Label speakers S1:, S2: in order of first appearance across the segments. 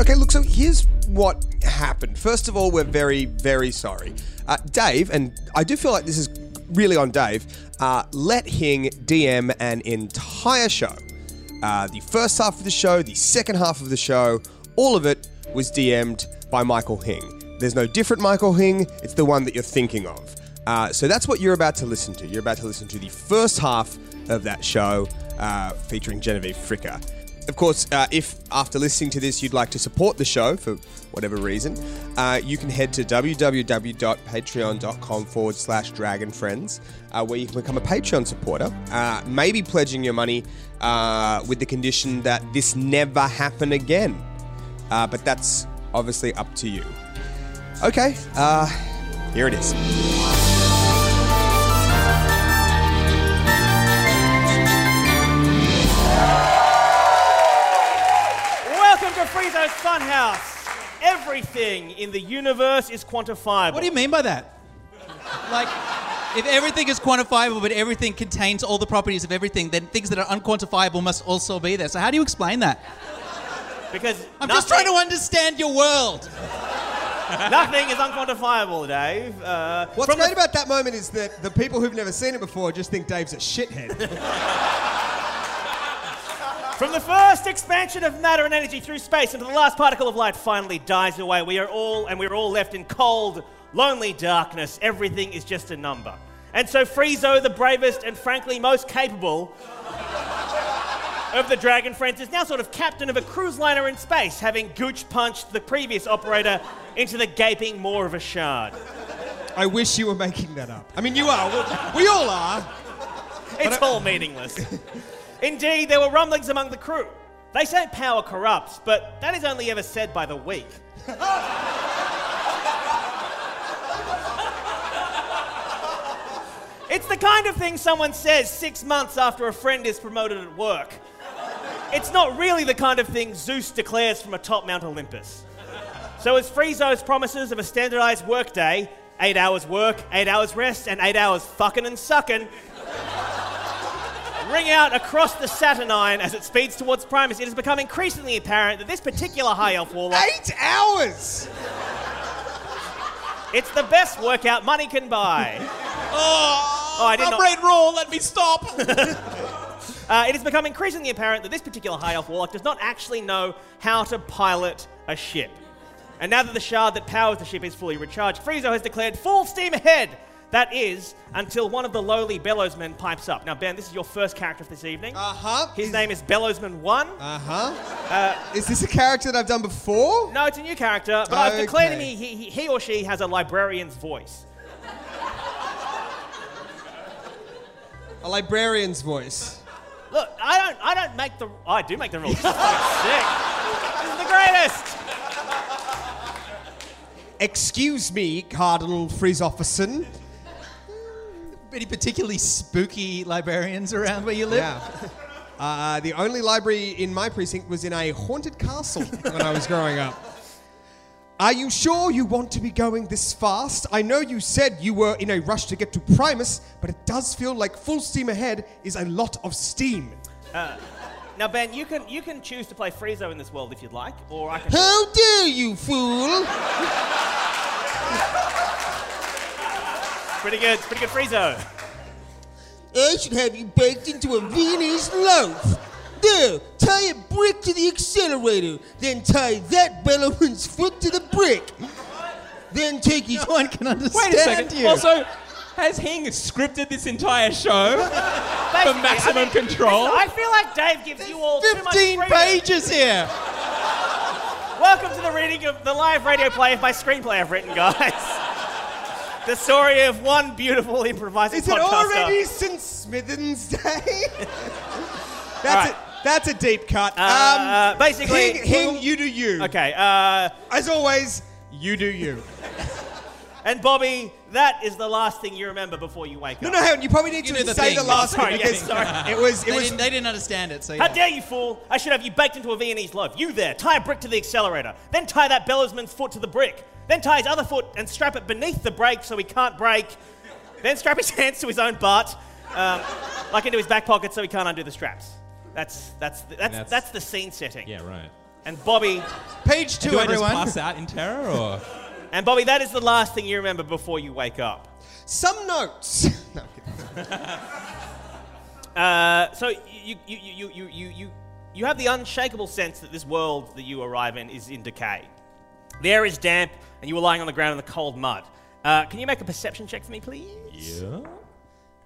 S1: Okay, look, so here's what happened. First of all, we're very, very sorry. Uh, Dave, and I do feel like this is really on Dave, uh, let Hing DM an entire show. Uh, the first half of the show, the second half of the show, all of it was DM'd by Michael Hing. There's no different Michael Hing, it's the one that you're thinking of. Uh, so that's what you're about to listen to. You're about to listen to the first half of that show uh, featuring Genevieve Fricker. Of course, uh, if after listening to this you'd like to support the show for whatever reason, uh, you can head to www.patreon.com forward slash dragon friends, uh, where you can become a Patreon supporter, uh, maybe pledging your money uh, with the condition that this never happen again. Uh, but that's obviously up to you. Okay, uh, here it is.
S2: Welcome to Friezo's Funhouse. Everything in the universe is quantifiable.
S3: What do you mean by that? Like, if everything is quantifiable, but everything contains all the properties of everything, then things that are unquantifiable must also be there. So, how do you explain that?
S2: Because
S3: I'm
S2: nothing,
S3: just trying to understand your world.
S2: nothing is unquantifiable, Dave. Uh,
S1: What's great about that moment is that the people who've never seen it before just think Dave's a shithead.
S2: from the first expansion of matter and energy through space until the last particle of light finally dies away, we are all and we are all left in cold, lonely darkness. Everything is just a number. And so Friezo, the bravest and frankly most capable of the Dragon Friends, is now sort of captain of a cruise liner in space, having gooch punched the previous operator into the gaping maw of a shard.
S1: I wish you were making that up. I mean, you are. We, we all are.
S2: It's all meaningless. Indeed, there were rumblings among the crew. They say power corrupts, but that is only ever said by the weak. it's the kind of thing someone says six months after a friend is promoted at work. It's not really the kind of thing Zeus declares from atop Mount Olympus. So, as Friezo's promises of a standardized workday, eight hours work, eight hours rest, and eight hours fucking and sucking, ring out across the Saturnine as it speeds towards Primus, it has become increasingly apparent that this particular high elf warlock,
S1: Eight hours!
S2: it's the best workout money can buy.
S3: Oh,
S2: I did not-
S3: brain roll. Let me stop.
S2: Uh, it has become increasingly apparent that this particular high elf warlock does not actually know how to pilot a ship. And now that the shard that powers the ship is fully recharged, Friezo has declared full steam ahead. That is, until one of the lowly Bellowsmen pipes up. Now, Ben, this is your first character for this evening.
S1: Uh huh.
S2: His name is Bellowsman 1.
S1: Uh huh. is this a character that I've done before?
S2: No, it's a new character, but I've declared him
S1: Okay.
S2: he, he, he or she has a librarian's voice.
S1: A librarian's voice.
S2: Look, I don't, I don't make the, I do make the rules. Sick. This is the greatest.
S1: Excuse me, Cardinal Frizz Officer.
S3: Any particularly spooky librarians around where you live?
S1: Uh, the only library in my precinct was in a haunted castle when I was growing up. Are you sure you want to be going this fast? I know you said you were in a rush to get to Primus, but it does feel like full steam ahead is a lot of steam.
S2: Now, Ben, you can, you can choose to play Friezo in this world if you'd like, or I can.
S1: How dare you, fool!
S2: pretty good, pretty good Friezo.
S1: I should have you baked into a Viennese loaf. There, tie a brick to the accelerator, then tie that bellowman's foot to the brick. Then take his.
S3: No one can understand
S4: Wait a second.
S3: you.
S4: Also, has Hing scripted this entire show?
S2: Basically,
S4: maximum control.
S2: I feel like Dave gives you all too much
S3: 15
S2: freedom.
S3: pages here.
S2: Welcome to the reading of the live radio play of my screenplay I've written, guys. the story of one beautiful improvising podcaster.
S1: since Smithens Day? That's
S2: All right.
S1: That's a deep cut.
S2: uh, basically-
S1: Um, Hing, Hing, you do you.
S2: Okay, uh,
S1: As always, you do you.
S2: and Bobby, that is the last thing you remember before you wake
S1: No,
S2: up.
S1: no, hang on. You probably need
S3: You
S1: to
S3: do the
S1: say
S3: thing.
S1: the last
S2: Sorry,
S1: one
S2: yeah,
S1: because
S2: sorry.
S1: it was. It
S3: They
S1: was.
S3: didn't, they didn't understand it. So
S2: How
S3: yeah.
S2: dare you, fool! I should have you baked into a Viennese loaf. You there, tie a brick to the accelerator, then tie that bellowsman's foot to the brick, then tie his other foot and strap it beneath the brake so he can't brake, then strap his hands to his own butt, um, like into his back pocket so he can't undo the straps. That's that's the, that's, that's
S4: That's-
S2: the scene setting.
S4: Yeah, right.
S2: And Bobby,
S1: Page two,
S4: Do I just
S1: everyone.
S4: pass out in terror or?
S2: and Bobby, that is the last thing you remember before you wake up.
S1: Some notes. no, I'm kidding.
S2: Uh, so you you you you you you you have the unshakable sense that this world that you arrive in is in decay. The air is damp, and you are lying on the ground in the cold mud. Uh, can you make a perception check for me, please?
S4: Yeah.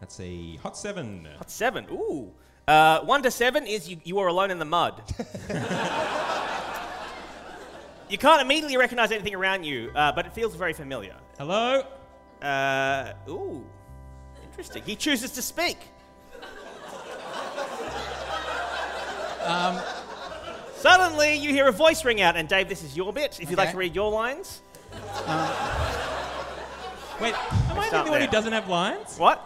S4: That's a hot seven.
S2: Seven. Ooh. Uh, one to seven is you, you are alone in the mud. you can't immediately recognize anything around you, uh, but it feels very familiar.
S4: Hello.
S2: Uh, ooh. Interesting. He chooses to speak.
S3: Um,
S2: Suddenly, you hear a voice ring out, and Dave, this is your bit. If you'd like
S3: Okay.
S2: to read your lines.
S4: Wait, am I the
S2: start
S4: only one
S2: there.
S4: who doesn't have lines?
S2: What?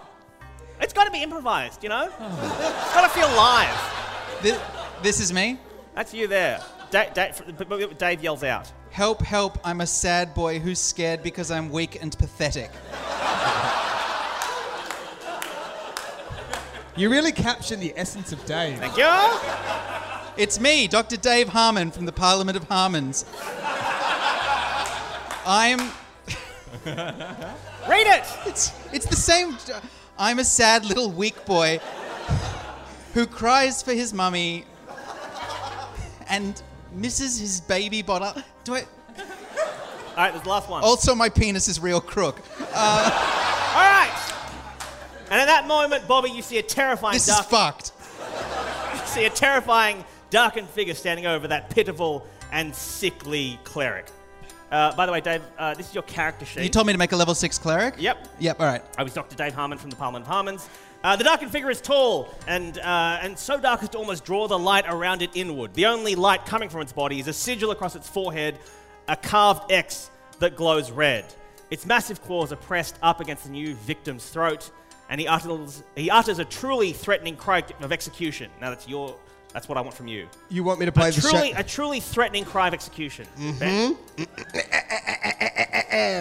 S2: It's got to be improvised, you know? It's got to feel live.
S3: This, this is me.
S2: That's you there. Da- da- but- but Dave yells out.
S3: Help, help, I'm a sad boy who's scared because I'm weak and pathetic.
S5: You really captured the essence of Dave.
S2: Thank you.
S3: It's me, Dr. Dave Harmon from the Parliament of Harmons. I'm.
S2: Read it.
S3: It's, it's the same. I'm a sad little weak boy who cries for his mummy and misses his baby bottle. Do I.
S2: All right, there's the last one.
S3: Also, my penis is real crook.
S2: All right. And at that moment, Bobby, you see a terrifying
S3: This is
S2: dark
S3: fucked.
S2: see a terrifying, darkened figure standing over that pitiful and sickly cleric. Uh, by the way, Dave, uh, this is your character sheet.
S3: You told me to make a level six cleric?
S2: Yep.
S3: Yep, alright.
S2: I was Dr. Dave Harmon from the Parliament of Harmons. Uh, the darkened figure is tall and, uh, and so dark as to almost draw the light around it inward. The only light coming from its body is a sigil across its forehead, a carved X that glows red. Its massive claws are pressed up against the new victim's throat, and he utters, he utters a truly threatening cry of execution. Now, that's, your, that's what I want from you.
S5: You want me to play
S2: A
S5: the Mm-hmm.
S2: truly,
S5: show?
S2: a truly threatening cry of execution. Ben.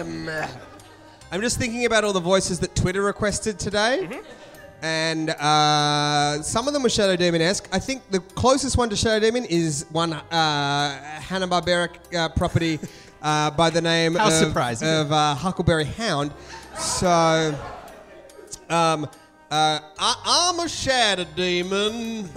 S1: I'm just thinking about all the voices that Twitter requested today.
S5: Mm-hmm.
S1: And uh, some of them were Shadow Demon esque. I think the closest one to Shadow Demon is one uh, Hanna Barberic uh, property uh, by the name
S3: How
S1: of,
S3: surprising.
S1: of uh, Huckleberry Hound. So, um, uh, I, I'm a Shadow Demon.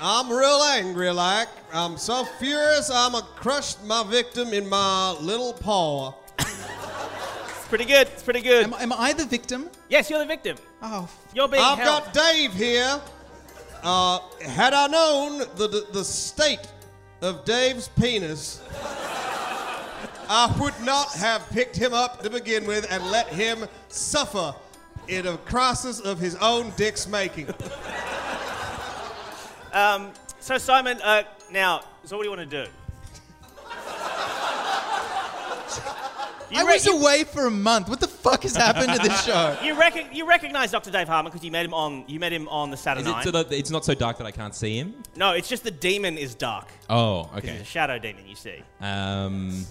S1: I'm real angry, like. I'm so furious, I'm a crushed my victim in my little paw.
S2: It's pretty good. It's pretty good.
S3: Am, am I the victim?
S2: yes, you're the victim.
S3: Oh, f-
S2: You're being
S1: I've
S2: held.
S1: got Dave here. Uh, had I known the, the, the state of Dave's penis, I would not have picked him up to begin with and let him suffer in a crisis of his own dick's making.
S2: So Simon, uh, now, so what do you want to do? You,
S3: I
S2: re-
S3: was
S2: you,
S3: away for a month. What the fuck has happened to this show?
S2: you, recog- you recognize Dr. Dave Harmon because you met him on you met him on the
S4: Is
S2: Saturday
S4: it
S2: night.
S4: so that it's not so dark that I can't see him?
S2: no, it's just the demon is dark.
S4: Oh,
S2: It's
S4: okay.
S2: a shadow demon, you see.
S4: Um,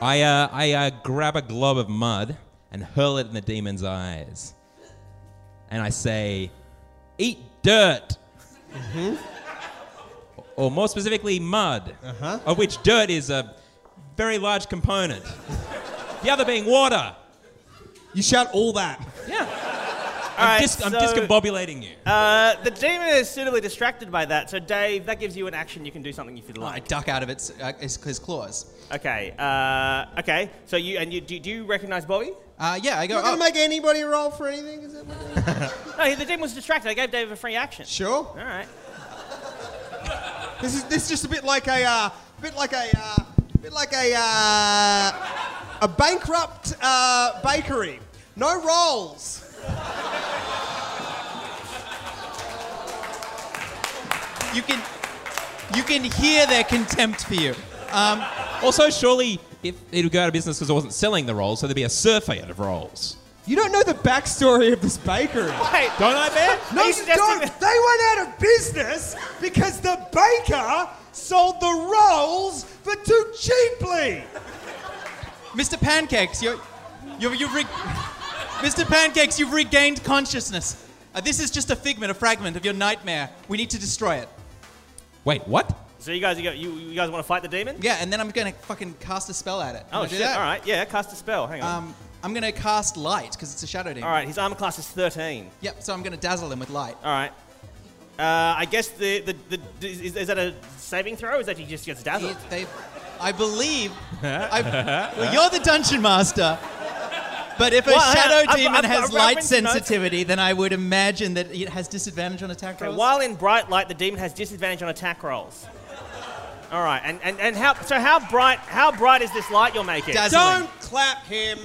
S4: I uh, I uh, grab a glob of mud and hurl it in the demon's eyes, and I say, "Eat dirt."
S2: Mm-hmm.
S4: Or more specifically, mud,
S2: Uh-huh.
S4: of which dirt is a very large component. the other being water.
S5: You shout all that.
S4: Yeah.
S2: All
S4: I'm,
S2: right,
S4: dis- I'm
S2: so,
S4: discombobulating you.
S2: uh, the demon is suitably distracted by that. So Dave, that gives you an action. You can do something if you'd
S3: I
S2: like.
S3: duck out of its, uh, its, his claws.
S2: Okay. Uh, okay. So you and you do, do you recognize Bobby?
S3: Uh, yeah, I go.
S1: Not gonna
S3: "Oh,
S1: make anybody roll for anything, is that what
S2: No, he- the demon was distracted. I gave Dave a free action.
S1: Sure.
S2: All right.
S1: This is this is just a bit like a uh, bit like a uh, bit like a uh, a bankrupt uh, bakery. No rolls.
S3: You can, you can hear their contempt for you. Um,
S4: Also, surely if it would go out of business because I wasn't selling the rolls, so there'd be a surfeit of rolls.
S5: You don't know the backstory of this bakery.
S2: Wait,
S4: Don't I, Ben?
S2: Are
S5: No,
S2: you
S5: you
S2: suggesting
S5: don't.
S2: that-
S5: They went out of business because the baker sold the rolls for too cheaply.
S3: Mr. Pancakes, you're, you're, you've re- Mr. Pancakes, you've regained consciousness. Uh, this is just a figment, a fragment of your nightmare. We need to destroy it.
S4: Wait, what?
S2: So you guys, you, go- you, you guys want to fight the demon?
S3: Yeah, and then I'm gonna fucking cast a spell at it. Can
S2: Oh
S3: I do
S2: shit!
S3: that?
S2: All right, yeah, cast a spell. Hang on.
S3: Um, I'm gonna cast light because it's a shadow demon.
S2: All right, his armor class is thirteen.
S3: Yep. So I'm gonna dazzle him with light.
S2: All right. Uh, I guess the, the, the, is, is that a saving throw? Or is that he just gets dazzled?
S3: It- they- I believe. I, well, you're the dungeon master. But if a
S2: Well, hang
S3: shadow
S2: on, I've-
S3: demon
S2: I've got
S3: has
S2: reference
S3: light
S2: notes.
S3: sensitivity, then I would imagine that it has disadvantage on attack
S2: Okay,
S3: rolls.
S2: while in bright light, the demon has disadvantage on attack rolls. All right, and, and, and how so? How bright? How bright is this light you're making?
S3: Dazzling.
S5: clap him.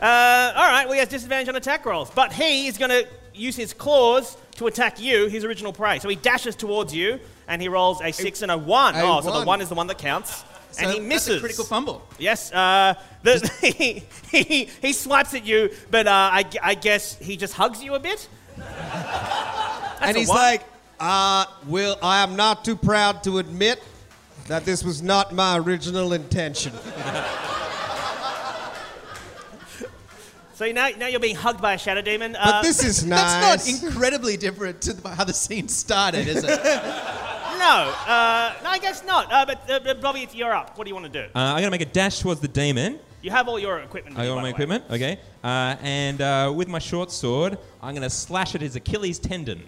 S2: Uh, all right, well, he has disadvantage on attack rolls, but he is going to use his claws to attack you, his original prey. So he dashes towards you, and he rolls a six and a one.
S5: A
S2: oh, so the
S5: one.
S2: one is the one that counts,
S3: So
S2: and he misses.
S3: That's a critical fumble.
S2: Yes, uh, the, he, he, he swipes at you, but uh, I, gu- I guess he just hugs you a bit. That's
S1: and
S2: a
S1: he's
S2: one.
S1: like, uh, "Will I am not too proud to admit that this was not my original intention."
S2: so now, now you're being hugged by a shadow demon.
S1: But
S2: Uh,
S1: this is nice.
S3: That's not incredibly different to the, how the scene started, is it?
S2: no, uh, no, I guess not. Uh, but uh, but Bobby, it's- you're up. What do you want to do?
S4: Uh, I'm gonna make a dash towards the demon.
S2: You have all your equipment. with
S4: I
S2: you,
S4: got
S2: by
S4: my
S2: the way.
S4: equipment, okay? Uh, and uh, with my short sword, I'm gonna slash at his Achilles tendon.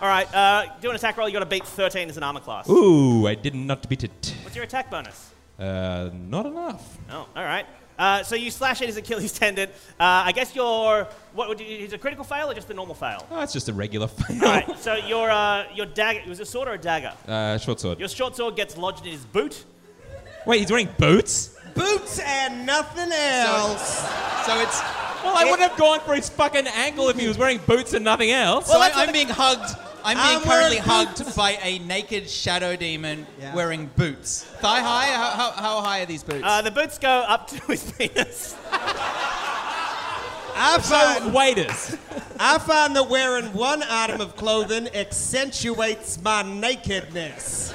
S2: All right, uh, do an attack roll. You got to beat 13 as an armor class.
S4: Ooh, I did not beat it.
S2: What's your attack bonus?
S4: Uh, not enough.
S2: Oh, all right. Uh, so you slash at his Achilles tendon. Uh, I guess your what would you, is it a critical fail or just a normal fail?
S4: Oh, it's just a regular fail.
S2: All right. So your uh, your dagger it was a sword or a dagger.
S4: Uh, short sword.
S2: Your short sword gets lodged in his boot.
S4: Wait, he's wearing boots?
S1: Boots and nothing else.
S3: so it's.
S4: Well, I wouldn't have gone for his fucking ankle if he was wearing boots and nothing else.
S3: So I, am being hugged. I'm being
S1: I'm
S3: currently
S1: wearing
S3: hugged by a naked shadow demon
S1: Yeah.
S3: wearing boots. Thigh high? How, how, how high are these boots?
S2: Uh, the boots go up to his penis.
S1: I find,
S4: waiters.
S1: I find that wearing one item of clothing accentuates my nakedness.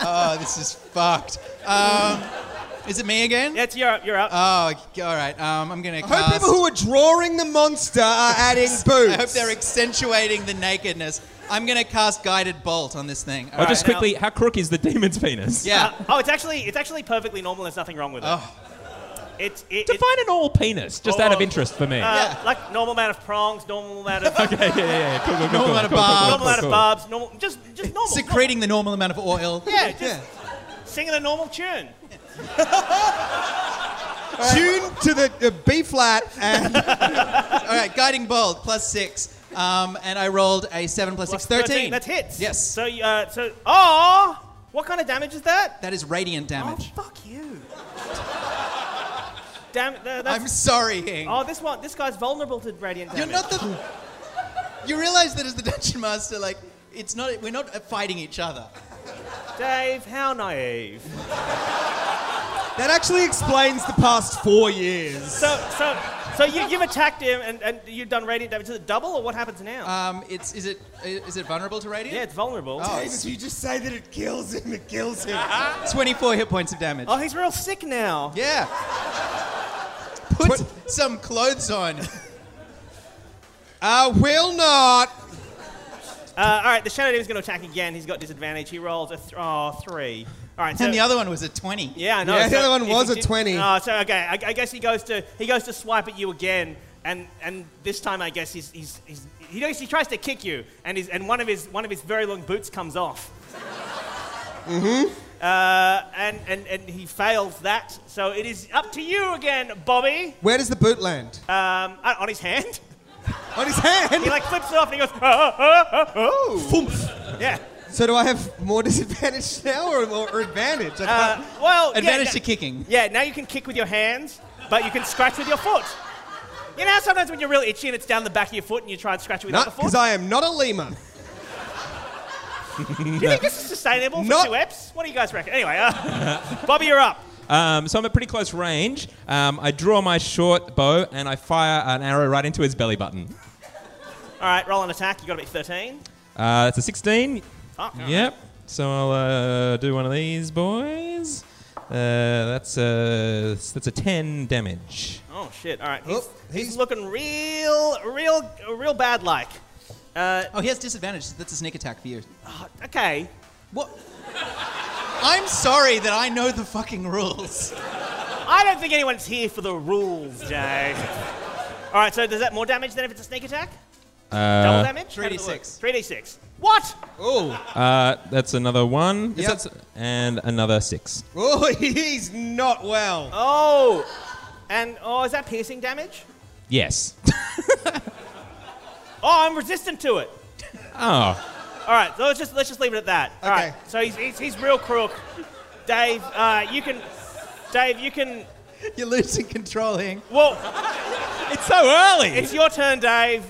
S3: oh, this is fucked. Um, is it me again?
S2: That's you're up. You're up.
S4: Uh,
S3: Oh, g- all right. Um, I'm gonna.
S1: I
S3: Cast,
S1: hope people who are drawing the monster are adding boots.
S3: I hope they're accentuating the nakedness. I'm gonna cast guided bolt on this thing. All
S4: Oh,
S3: right.
S4: just quickly, how crook is the demon's penis?
S3: yeah.
S2: Uh, oh, it's actually it's actually perfectly normal. There's nothing wrong with it.
S3: Oh.
S2: It's it, it,
S4: Define an all penis, just out of
S2: Oh.
S4: interest for me.
S2: uh,
S3: yeah.
S2: like normal amount of prongs, normal amount of
S4: okay, yeah, yeah, yeah. Cool, cool, cool.
S3: Normal
S4: cool,
S3: amount of
S4: cool, cool, cool,
S3: barbs.
S2: normal
S4: cool,
S2: amount
S4: cool.
S2: of barbs, normal just just normal.
S3: Secreting the normal amount of oil.
S2: normal. Yeah, just singing a normal tune.
S1: tuned to the uh, B flat and
S3: All right, guiding bolt plus six. Um, and I rolled a seven plus,
S2: Plus
S3: six, 13.
S2: That's hits.
S3: Yes.
S2: So you, uh, so oh, what kind of damage is that?
S3: that is radiant damage.
S2: Oh fuck you. Damn. Uh, that's,
S3: I'm sorry, Hing.
S2: Oh, this one. This guy's vulnerable to radiant damage.
S3: You're not the. You realize that as the dungeon master, like it's not. We're not fighting each other.
S2: Dave, how naive.
S5: That actually explains the past four years.
S2: So so so you, you've attacked him and, and you've done radiant damage. Is it double or what happens now?
S5: Uh,
S3: Um, it's is it is it vulnerable to radiant?
S2: yeah, it's vulnerable. Oh.
S5: If you just say that it kills him, it kills him.
S3: 24 hit points of damage.
S1: Oh.
S2: Oh, he's real sick now.
S3: Yeah. Put some clothes on.
S1: I Uh, will not.
S2: Uh, all right, the shadow demon's going to attack again. He's got disadvantage. He rolls a th- oh, three. All right, so
S3: And the other one was a 20.
S2: Yeah, I know.
S1: Yeah, the
S2: so
S1: other one
S2: if
S1: was
S2: he
S1: a 20.
S2: Oh, so okay. I, I guess he goes to he goes to swipe at you again, and and this time I guess he's he's, he's he knows he tries to kick you, and his and one of his one of his very long boots comes off. Mm-hmm.
S1: Mm-hmm.
S2: Uh, and, and and he fails that, so it is up to you again, Bobby.
S1: Where does the boot land?
S2: Um, uh, on his hand,
S1: On his hand.
S2: he like flips it off and he goes, oh, oh, oh, oh. yeah.
S1: So do I have more disadvantage now or more or advantage? I
S2: Uh,
S1: can't-
S2: well, yeah,
S3: Advantage
S2: no-
S3: to kicking.
S2: Yeah, now you can kick with your hands, but you can scratch with your foot. You know, how sometimes when you're real itchy and it's down the back of your foot and you try and scratch it with
S1: No,
S2: the foot.
S1: because I am not a lemur.
S2: Do you think this is sustainable for
S1: Not-
S2: two eps? What do you guys reckon? Anyway, uh, Bobby, you're up.
S4: Um, so I'm at pretty close range. Um, I draw my short bow and I fire an arrow right into his belly button.
S2: All right, roll an attack. You got to be 13.
S4: Uh, that's a 16.
S2: Fuck.
S4: Yep. So I'll uh, do one of these boys. Uh, that's a that's a 10 damage.
S2: Oh shit! All right, he's,
S1: Oh,
S2: he's,
S1: he's-
S2: looking real, real, real bad like. Uh,
S3: Oh, he has disadvantage. That's a sneak attack for you.
S2: okay,
S3: What? I'm sorry that I know the fucking rules.
S2: I don't think anyone's here for the rules, Jay. All right, so does that more damage than if it's a sneak attack? Double damage? How does it work?
S3: 3d6.
S2: 3d6. What?
S4: Uh, that's another one. Is
S1: Yep.
S4: that- and another six.
S1: Oh, he's not well.
S2: Oh, and oh, is that piercing damage?
S4: Yes.
S2: Oh, I'm resistant to it.
S4: oh.
S2: All right, so let's just let's just leave it at that. All
S1: Okay.
S2: right, so he's, he's he's real crook. Dave, uh, you can, Dave, you can.
S3: You're losing control, Hing.
S2: Well.
S4: It's so early.
S2: It's your turn, Dave.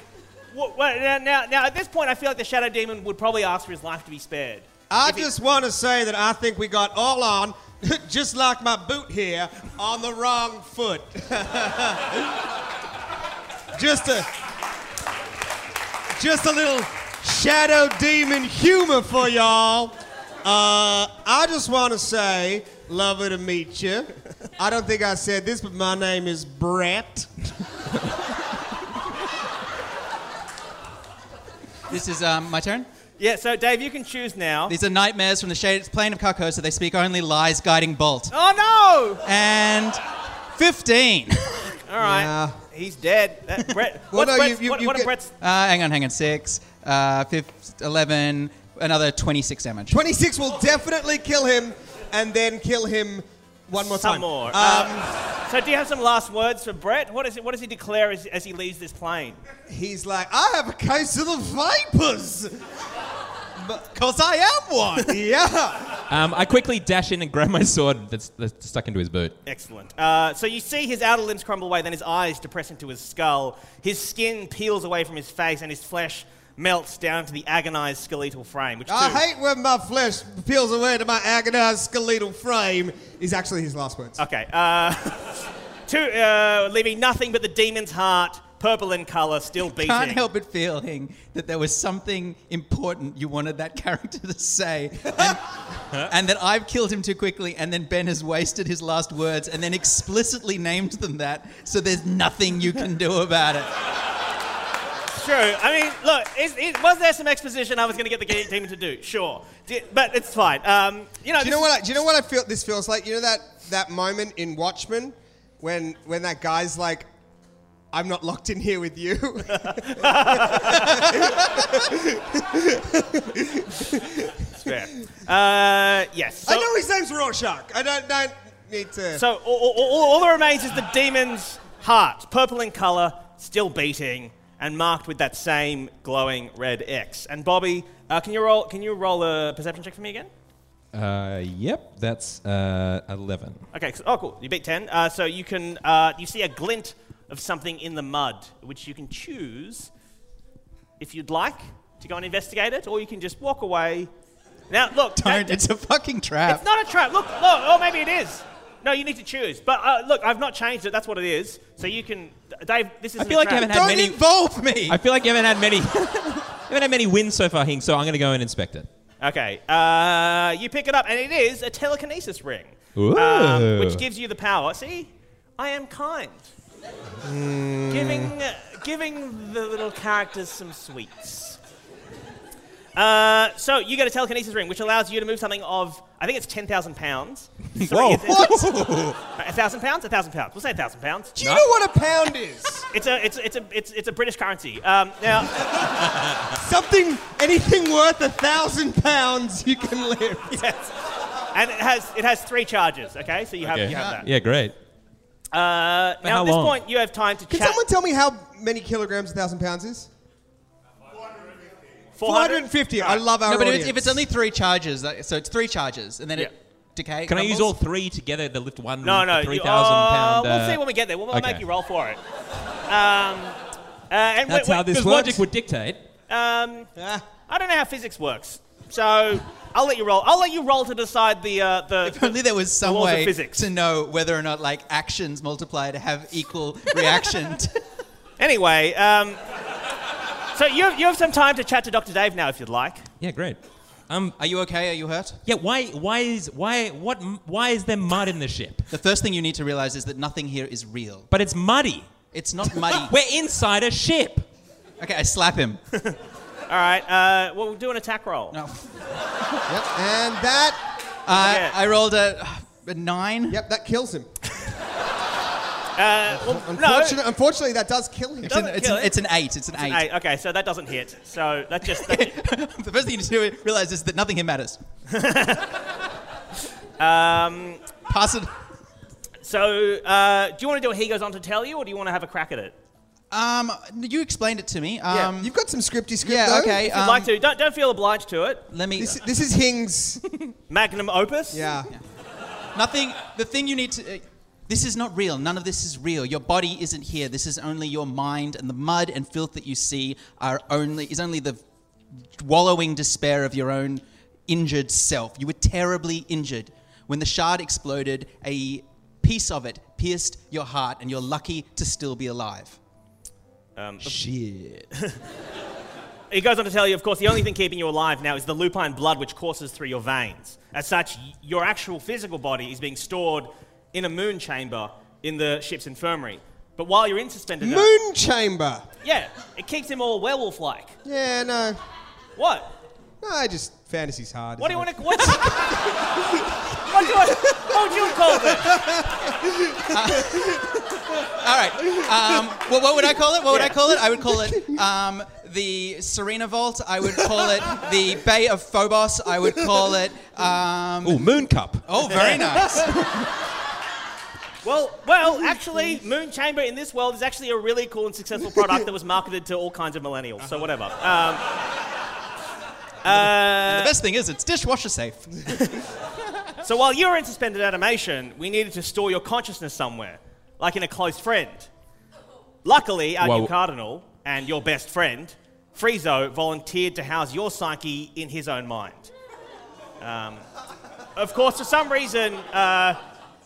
S2: Wh- wh- now, now, now, at this point, I feel like the Shadow Demon would probably ask for his life to be spared.
S5: I just want to say that I think we got all on, just like my boot here, on the wrong foot. just a, just a little shadow demon humor for y'all. Uh, I just want to say, lovely to meet you. I don't think I said this, but my name is Brett.
S3: This is um, my turn.
S2: Yeah, so Dave, you can choose now.
S3: These are nightmares from the shaded plane of Carcosa. They speak only lies, guiding bolt.
S2: Oh no!
S3: And 15. Uh,
S2: All right, he's dead. That, Brett, what's
S1: no,
S2: Brett's,
S1: you- you-
S2: what,
S1: you
S2: what are
S1: get-
S2: Brett's?
S3: hang on, hang on. Six, uh, fif- 11, another 26 damage.
S1: 26 will definitely kill him and then kill him one more
S2: Some
S1: time.
S2: more.
S1: Um,
S2: So, do you have some last words for Brett? What is it? What does he declare as, as he leaves this plane?
S1: he's like, I have a case of the vipers.
S3: Because I am one.
S1: yeah.
S4: Um, I quickly dash in and grab my sword that's, that's stuck into his boot.
S2: Excellent. Uh, so you see his outer limbs crumble away, then his eyes depress into his skull. His skin peels away from his face, and his flesh melts down to the agonized skeletal frame. Which
S1: I
S2: too-
S1: hate when my flesh peels away to my agonized skeletal frame, is actually his last words.
S2: Okay. Uh, two, uh, leaving nothing but the demon's heart, purple in color, still beating.
S3: Can't help but feeling that there was something important you wanted that character to say, and, and that I've killed him too quickly, and then Ben has wasted his last words, and then explicitly named them that, so there's nothing you can do about it.
S2: True. I mean, look, is, is, was there some exposition I was going to get the ga- demon to do? Sure. Di- but it's fine. Um, you know,
S1: Do you know what? I, do you know what I feel? This feels like. You know that that moment in Watchmen when when that guy's like, "I'm not locked in here with you."
S2: fair. Uh, yes. So,
S1: I know his name's Rorschach. I don't, don't need to.
S2: so all, all, all, all that remains is the demon's heart, purple in color, still beating, and marked with that same glowing red X. And Bobby, uh, can you roll? Can you roll a perception check for me again?
S4: Uh, yep, that's uh, 11.
S2: Okay. so- Oh, cool. You beat ten. Uh, so you can uh, you see a glint of something in the mud, which you can choose if you'd like to go and investigate it, or you can just walk away. Now, look.
S3: Don't.
S2: that-
S3: It's a fucking trap.
S2: it's not a trap. Look. Look. Oh, maybe it is. No, you need to choose. But uh, look, I've not changed it. That's what it is. So you can, Dave. This is.
S4: feel like I haven't had
S3: Don't
S4: many-
S3: involve me.
S4: I feel like you haven't had many, haven't had many wins so far, Hing. So I'm going to go and inspect it.
S2: Okay. Uh, you pick it up, and it is a telekinesis ring,
S4: Ooh.
S2: um, which gives you the power. See, I am kind, giving uh, giving the little characters some sweets. Uh, so you get a telekinesis ring, which allows you to move something of I think it's ten thousand pounds.
S4: Whoa.
S2: A thousand pounds, a thousand pounds. We'll say a thousand pounds.
S1: do you know what a pound is?
S2: It's a it's it's a it's, it's a British currency. Um, now.
S1: Something, anything worth a thousand pounds, you can live.
S2: Yes. And it has it has three charges. Okay, so you have
S4: Okay.
S2: you have that.
S4: Yeah, great.
S2: Uh, now
S4: how
S2: at this
S4: long?
S2: point, you have time to
S1: Can
S2: chat.
S1: someone tell me how many kilograms a thousand pounds is? 450. I love our
S3: no, but if it's,
S1: audience.
S3: if it's only three charges, that- so it's three charges, and then it decays.
S4: Can I use all three together to lift one
S2: No,
S4: ring
S2: uh, no.
S4: for
S2: you-
S4: 3,000 pound?
S2: uh, We'll
S4: uh,
S2: see when we get there. We'll, we'll
S4: okay.
S2: make you roll for it. Uh, and
S4: That's
S2: wait,
S4: how
S2: wait,
S4: this
S2: does
S4: works.
S2: logic
S4: logic would dictate.
S2: Um, I don't know how physics works, so I'll let you roll. I'll let you roll to decide the uh, the.
S3: If only there was some
S2: laws of
S3: way
S2: physics.
S3: to know whether or not like actions multiply to have equal reaction. To,
S2: Anyway, um, so you you have some time to chat to Dr. Dave now if you'd like.
S4: Yeah, great. Um,
S3: are you okay? Are you hurt?
S4: yeah. Why? Why is why what? m- Why is there mud in the ship?
S3: The first thing you need to realize is that nothing here is real.
S4: But it's muddy.
S3: It's not muddy.
S4: We're inside a ship.
S3: okay, I slap him.
S2: All right. Uh, well, we'll do an attack roll.
S3: No.
S5: Yep, and that,
S3: I, I rolled a, a nine.
S5: yep, that kills him.
S2: Uh, well,
S5: Unfortunately, unfortunately, that does kill him.
S3: It's an, it's,
S2: kill
S3: an,
S2: it.
S3: it's an eight. It's an
S2: no.
S3: eight.
S2: Hey, okay, so that doesn't hit. So that just that-
S3: the first thing you need to do- realize is that nothing here matters. um, Pass it.
S2: so. Uh, do you want to do what he goes on to tell you, or do you want to have a crack at it?
S3: Um, you explained it to me.
S5: Yeah,
S3: Um,
S5: You've got some scripty script
S3: yeah,
S5: though.
S3: okay.
S2: If you'd
S3: um,
S2: like to, don't don't feel obliged to it.
S3: Let me.
S5: This, this is Hing's.
S2: Magnum opus.
S5: Yeah.
S3: Nothing. The thing you need to. Uh, this is not real. None of this is real. Your body isn't here. This is only your mind, and the mud and filth that you see are only is only the wallowing despair of your own injured self. You were terribly injured when the shard exploded. A piece of it pierced your heart, and you're lucky to still be alive.
S4: Shit.
S2: He goes on to tell you, of course, the only thing keeping you alive now is the lupine blood which courses through your veins. As such, y- your actual physical body is being stored in a moon chamber in the ship's infirmary. But while you're in suspended earth-
S5: Moon chamber.
S2: yeah, it keeps him all werewolf-like.
S5: Yeah, no.
S2: What?
S5: No, I just fantasy's hard.
S2: What do you
S5: isn't
S2: want
S5: it?
S2: to? What? what do you want? What would you call this?
S3: All right. Um, well, what would I call it? What would I
S2: Yeah.
S3: call it? I would call it um, the Serena Vault. I would call it the Bay of Phobos. I would call it. Um,
S4: Ooh, moon cup.
S3: oh, very nice.
S2: Well, well, actually, moon chamber in this world is actually a really cool and successful product that was marketed to all kinds of millennials. So whatever. Um,
S3: The best thing is it's dishwasher safe.
S2: So while you were in suspended animation, we needed to store your consciousness somewhere, like in a close friend. Luckily, our new
S4: Whoa.
S2: cardinal and your best friend, Friezo, volunteered to house your psyche in his own mind. Um, of course, for some reason, uh,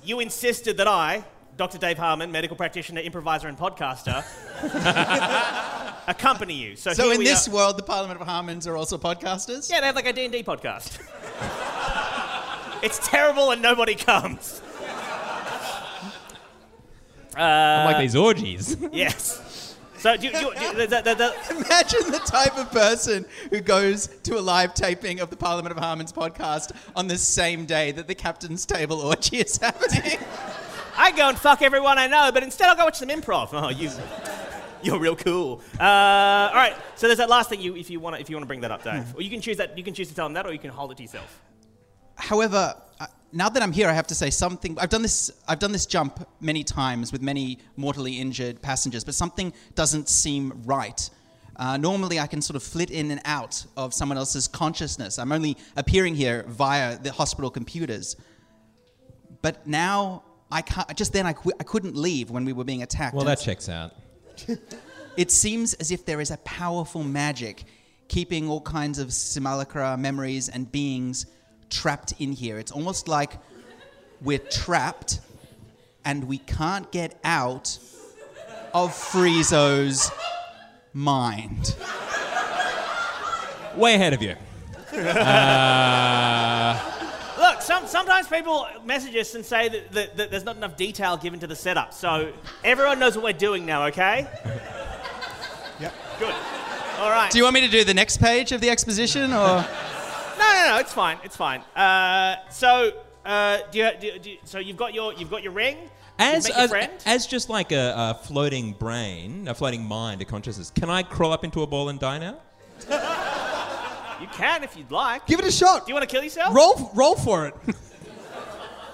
S2: you insisted that I, Dr. Dave Harmon, medical practitioner, improviser, and podcaster, accompany you. So,
S3: So
S2: here
S3: in
S2: we
S3: this
S2: are.
S3: world, the Parliament of Harmons are also podcasters.
S2: Yeah, they have like a D&D podcast. it's terrible and nobody comes.
S3: Uh,
S4: like these orgies.
S2: Yes. So do you, do you, do you- the, the, the,
S3: Imagine the type of person who goes to a live taping of the Parliament of Harmons podcast on the same day that the captain's table orgy is happening.
S2: I go and fuck everyone I know, but instead I'll go watch some improv. Oh, you, you're real cool. Uh, all right. So there's that last thing you, if you want to, if you want to bring that up, Dave,
S3: Hmm.
S2: or you can choose that. You can choose to tell them that, or you can hold it to yourself.
S3: However, uh, now that I'm here, I have to say something. I've done this. I've done this jump many times with many mortally injured passengers, but something doesn't seem right. Uh, normally, I can sort of flit in and out of someone else's consciousness. I'm only appearing here via the hospital computers. But now I can't. Just then, I, cou- I couldn't leave when we were being attacked.
S4: Well,
S3: And
S4: that checks out.
S3: it seems as if there is a powerful magic keeping all kinds of simulacra, memories, and beings trapped in here. It's almost like we're trapped and we can't get out of Friezo's mind.
S4: Way ahead of you.
S2: Look, some, sometimes people message us and say that, that, that there's not enough detail given to the setup. So everyone knows what we're doing now, okay? yep. Good. All right.
S3: Do you want me to do the next page of the exposition or
S2: No, no, no. It's fine. It's fine. Uh, so, uh, do you, do, do, so you've got your you've got your ring.
S4: As
S2: you make your
S4: as,
S2: friend.
S4: as just like a, a floating brain, a floating mind, a consciousness. Can I crawl up into a ball and die now?
S2: you can if you'd like. Do
S5: Give it a shot.
S2: you want to kill yourself?
S5: Roll, roll for it.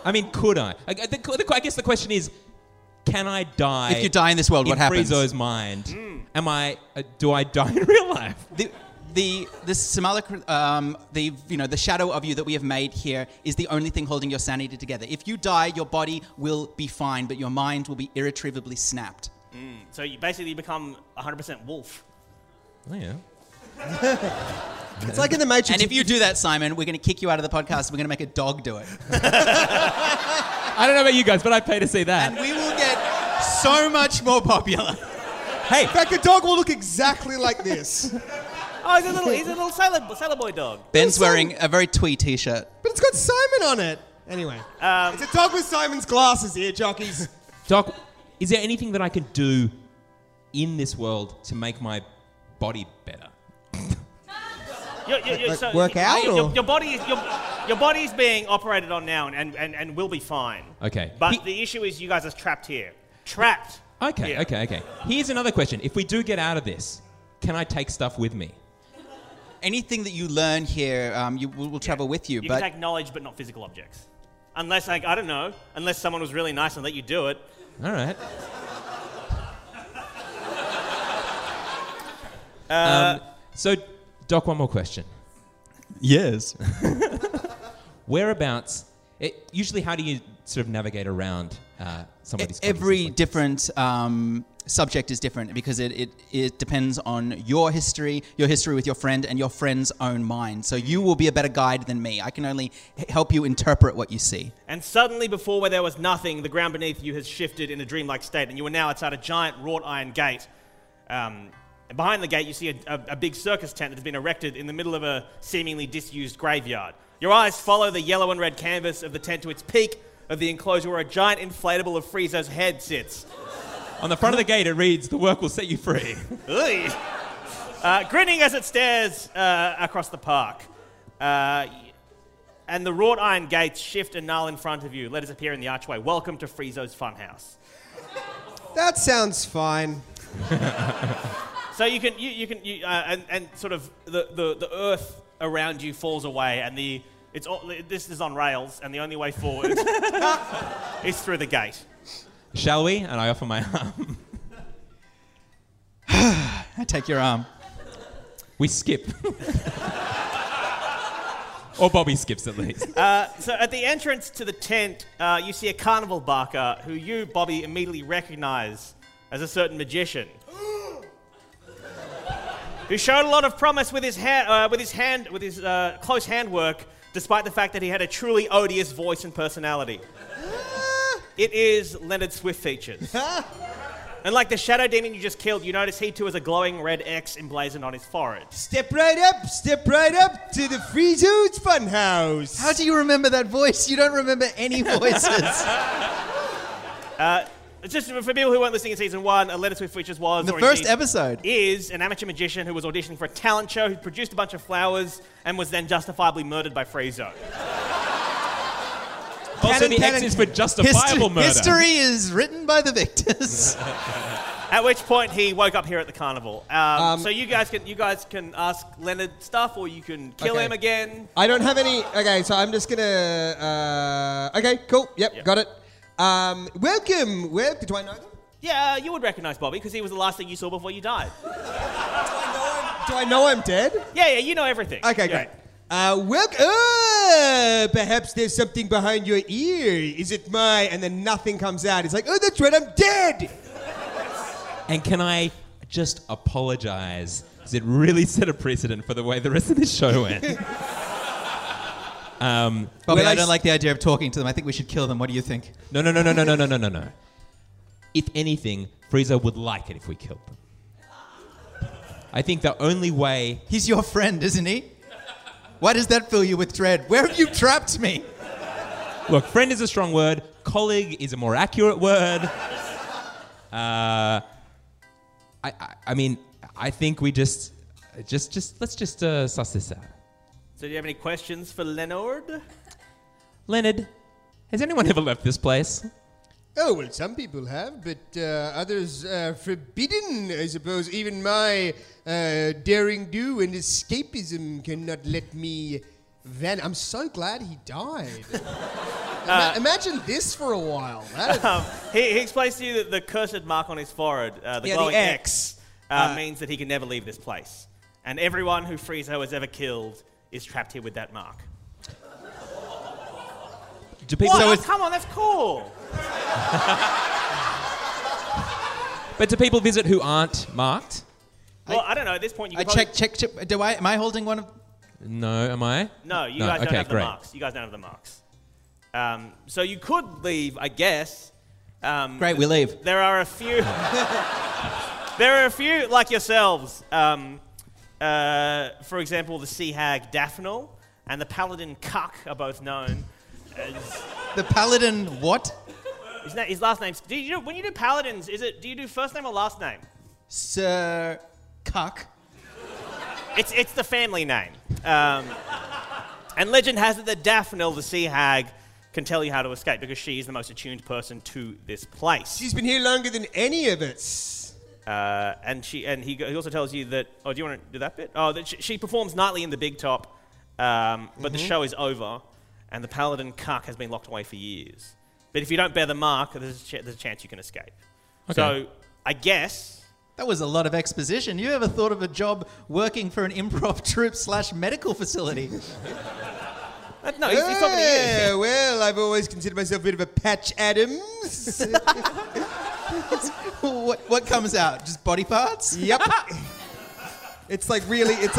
S4: I mean, could I? I, the, the, I guess the question is, can I die?
S3: if you die in this world,
S4: in
S3: what happens? Hmm.
S4: Friezo's mind, am I? Uh, do I die in real life?
S3: the the the simulacra, um, the you know the shadow of you that we have made here is the only thing holding your sanity together. If you die, your body will be fine, but your mind will be irretrievably snapped.
S2: So you basically become 100% wolf.
S4: Oh, yeah.
S1: It's like in the Matrix.
S3: And if you do that, Simon, we're going to kick you out of the podcast. and We're going to make a dog do it.
S4: I don't know about you guys, but I'd pay to see
S3: And
S4: that.
S3: we will get so much more popular.
S4: Hey,
S5: In fact, the dog will look exactly like this.
S2: Oh, he's a little, he's a little sailor, sailor boy dog.
S3: Ben's wearing a very twee t shirt.
S5: But it's got Simon on it. Anyway, it's a dog with Simon's glasses, ear jockeys.
S4: Doc, is there anything that I can do in this world to make my body better?
S2: You're, you're, you're, so
S5: work out
S2: Your,
S5: or-
S2: your body is your, your body is being operated on now and, and, and will be fine.
S4: Okay.
S2: But
S4: He-
S2: the issue is you guys are trapped here. Trapped.
S4: Okay,
S2: Yeah.
S4: okay, okay. Here's another question. If we do get out of this, can I take stuff with me?
S3: Anything that you learn here, um, you will, will travel with you.
S2: You
S3: but
S2: can take knowledge, but not physical objects. Unless, like, I don't know, unless someone was really nice and let you do it.
S4: All right.
S2: Uh,
S4: um, so, Doc, one more question.
S3: yes,
S4: Whereabouts? It, usually, how do you sort of navigate around uh, somebody's?
S3: E every
S4: consciousness?
S3: different um, subject is different because it, it, it depends on your history, your history with your friend, and your friend's own mind. So you will be a better guide than me. I can only h- help you interpret what you see.
S2: And suddenly, before where there was nothing, the ground beneath you has shifted in a dreamlike state, and you are now outside a giant wrought iron gate. Um, and behind the gate, you see a, a, a big circus tent that has been erected in the middle of a seemingly disused graveyard. Your eyes follow the yellow and red canvas of the tent to its peak of the enclosure where a giant inflatable of Frieza's head sits.
S4: on the front of the gate, it reads, "The work will set you free."
S2: Ugh. Uh, grinning as it stares uh, across the park. Uh, and the wrought iron gates shift and null in front of you. Letters appear in the archway. Welcome to Friezo's Funhouse.
S5: That sounds fine.
S2: So you can, you, you can, you, uh, and, and sort of the, the, the earth around you falls away, and the it's all, this is on rails, and the only way forward is through the gate.
S4: Shall we? And I offer my arm.
S3: I take your arm.
S4: We skip. or Bobby skips at least.
S2: So at the entrance to the tent, uh, you see a carnival barker who you, Bobby, immediately recognize as a certain magician. who showed a lot of promise with his, ha- uh, with his hand, with his uh, close handwork, despite the fact that he had a truly odious voice and personality. it is Leonard Swift features. and like the shadow demon you just killed, you notice he too has a glowing red X emblazoned on his forehead.
S5: Step right up, step right up to the Free Dudes Funhouse.
S3: How do you remember that voice? You don't remember any voices.
S2: It's Just for people who weren't listening in season one, a Leonard Swift features was
S3: the
S2: or
S3: first
S2: indeed-
S3: episode.
S2: is an amateur magician who was auditioning for a talent show who produced a bunch of flowers and was then justifiably murdered by Friezo.
S4: also,
S5: Cannon,
S4: the X
S5: cannon,
S4: is for justifiable murder.
S3: history is written by the victors.
S2: At which point he woke up here at the carnival. Um, so you guys can you guys can ask Leonard stuff, or you can kill
S5: Okay.
S2: him again.
S5: I don't have any. Okay, so I'm just gonna. Uh, okay, cool. Yep, got it. Um, welcome. Welcome. Do I know them?
S2: Yeah, you would recognize Bobby because he was the last thing you saw before you died.
S5: Do I know I'm dead?
S2: Yeah, yeah, you know everything.
S5: Okay,
S2: Yeah.
S5: great. Uh, welcome. Oh, perhaps there's something behind your ear. Is it my? And then nothing comes out. It's like, oh, that's right, I'm dead.
S4: And can I just apologize? Because it really set a precedent for the way the rest of this show went. um,
S3: Bobby,
S5: Well, I
S3: I don't
S5: s-
S3: like the idea of talking to them. I think we should kill them. What do you think?
S4: no, no, no, no, no, no, no, no, no, no. If anything, Frieza would like it if we killed them. I think the only way
S3: He's your friend, isn't he? Why does that fill you with dread? Where have you trapped me?
S4: Look, friend is a strong word. Colleague is a more accurate word. Uh, I, I, I mean, I think we just, just, just let's just uh, suss this out.
S2: So do you have any questions for Leonard?
S4: Leonard, has anyone ever left this place?
S5: Oh, well, some people have, but uh, others are forbidden, I suppose. Even my uh, daring do and escapism cannot let me van. I'm so glad he died. Ima- imagine this for a while. That is-
S2: Um, he, he explains to you that the cursed mark on his forehead, uh, the
S5: Yeah, the
S2: glowing
S5: X.
S2: X, uh, means that he can never leave this place, and everyone who Friezo has ever killed is trapped here with that mark.
S4: Do people?
S2: What?
S4: So
S2: Oh,
S4: it's-
S2: come on, that's cool.
S4: But do people visit who aren't marked?
S2: Well, I, don't know. At this point, you
S3: I
S2: could probably-
S3: check, check, check. Do I? Am I holding one of?
S4: No, am I?
S2: No, you guys don't
S4: okay,
S2: have the
S4: great.
S2: marks. You guys don't have the marks. Um, so you could leave, I guess. Um,
S3: Great, we leave.
S2: There are a few. there are a few like yourselves. Um, uh, for example, the sea hag Daphne and the paladin Cuck are both known. As,
S3: The paladin what?
S2: his, na- his last name's. Do you when you do paladins? Is it do you do first name or last name?
S3: Sir Cuck.
S2: It's, it's the family name. Um, and legend has it that Daphne, the sea hag, can tell you how to escape because she is the most attuned person to this place.
S5: She's been here longer than any of us.
S2: Uh, and she and he, go- he also tells you that. Oh, do you want to do that bit? Oh, that she, she performs nightly in the Big Top, um, but the show is over, and the paladin cuck has been locked away for years. But if you don't bear the mark, there's a, ch- there's a chance you can escape. So I guess
S3: That was a lot of exposition. You ever thought of a job working for an improv troupe slash medical facility?
S2: uh, no, he's, he's talking to you.
S5: Yeah, Uh, well, I've always considered myself a bit of a Patch Adams.
S3: what, what comes out? Just body parts?
S5: yep. It's like really, it's.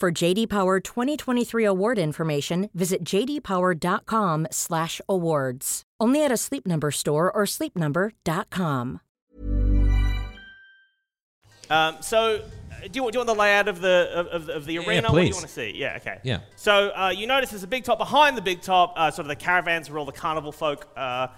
S6: For JD Power 2023 award information, visit jdpower.com/awards. Only at a Sleep Number store or sleepnumber.com.
S2: Um, so, uh, do you, want, do you want the layout of the of, of, of the
S4: Yeah,
S2: arena?
S4: yeah,
S2: What do you
S4: please.
S2: want to see? Yeah, okay.
S4: Yeah.
S2: So uh, you notice there's a big top behind the big top, uh, sort of the caravans where all the carnival folk uh,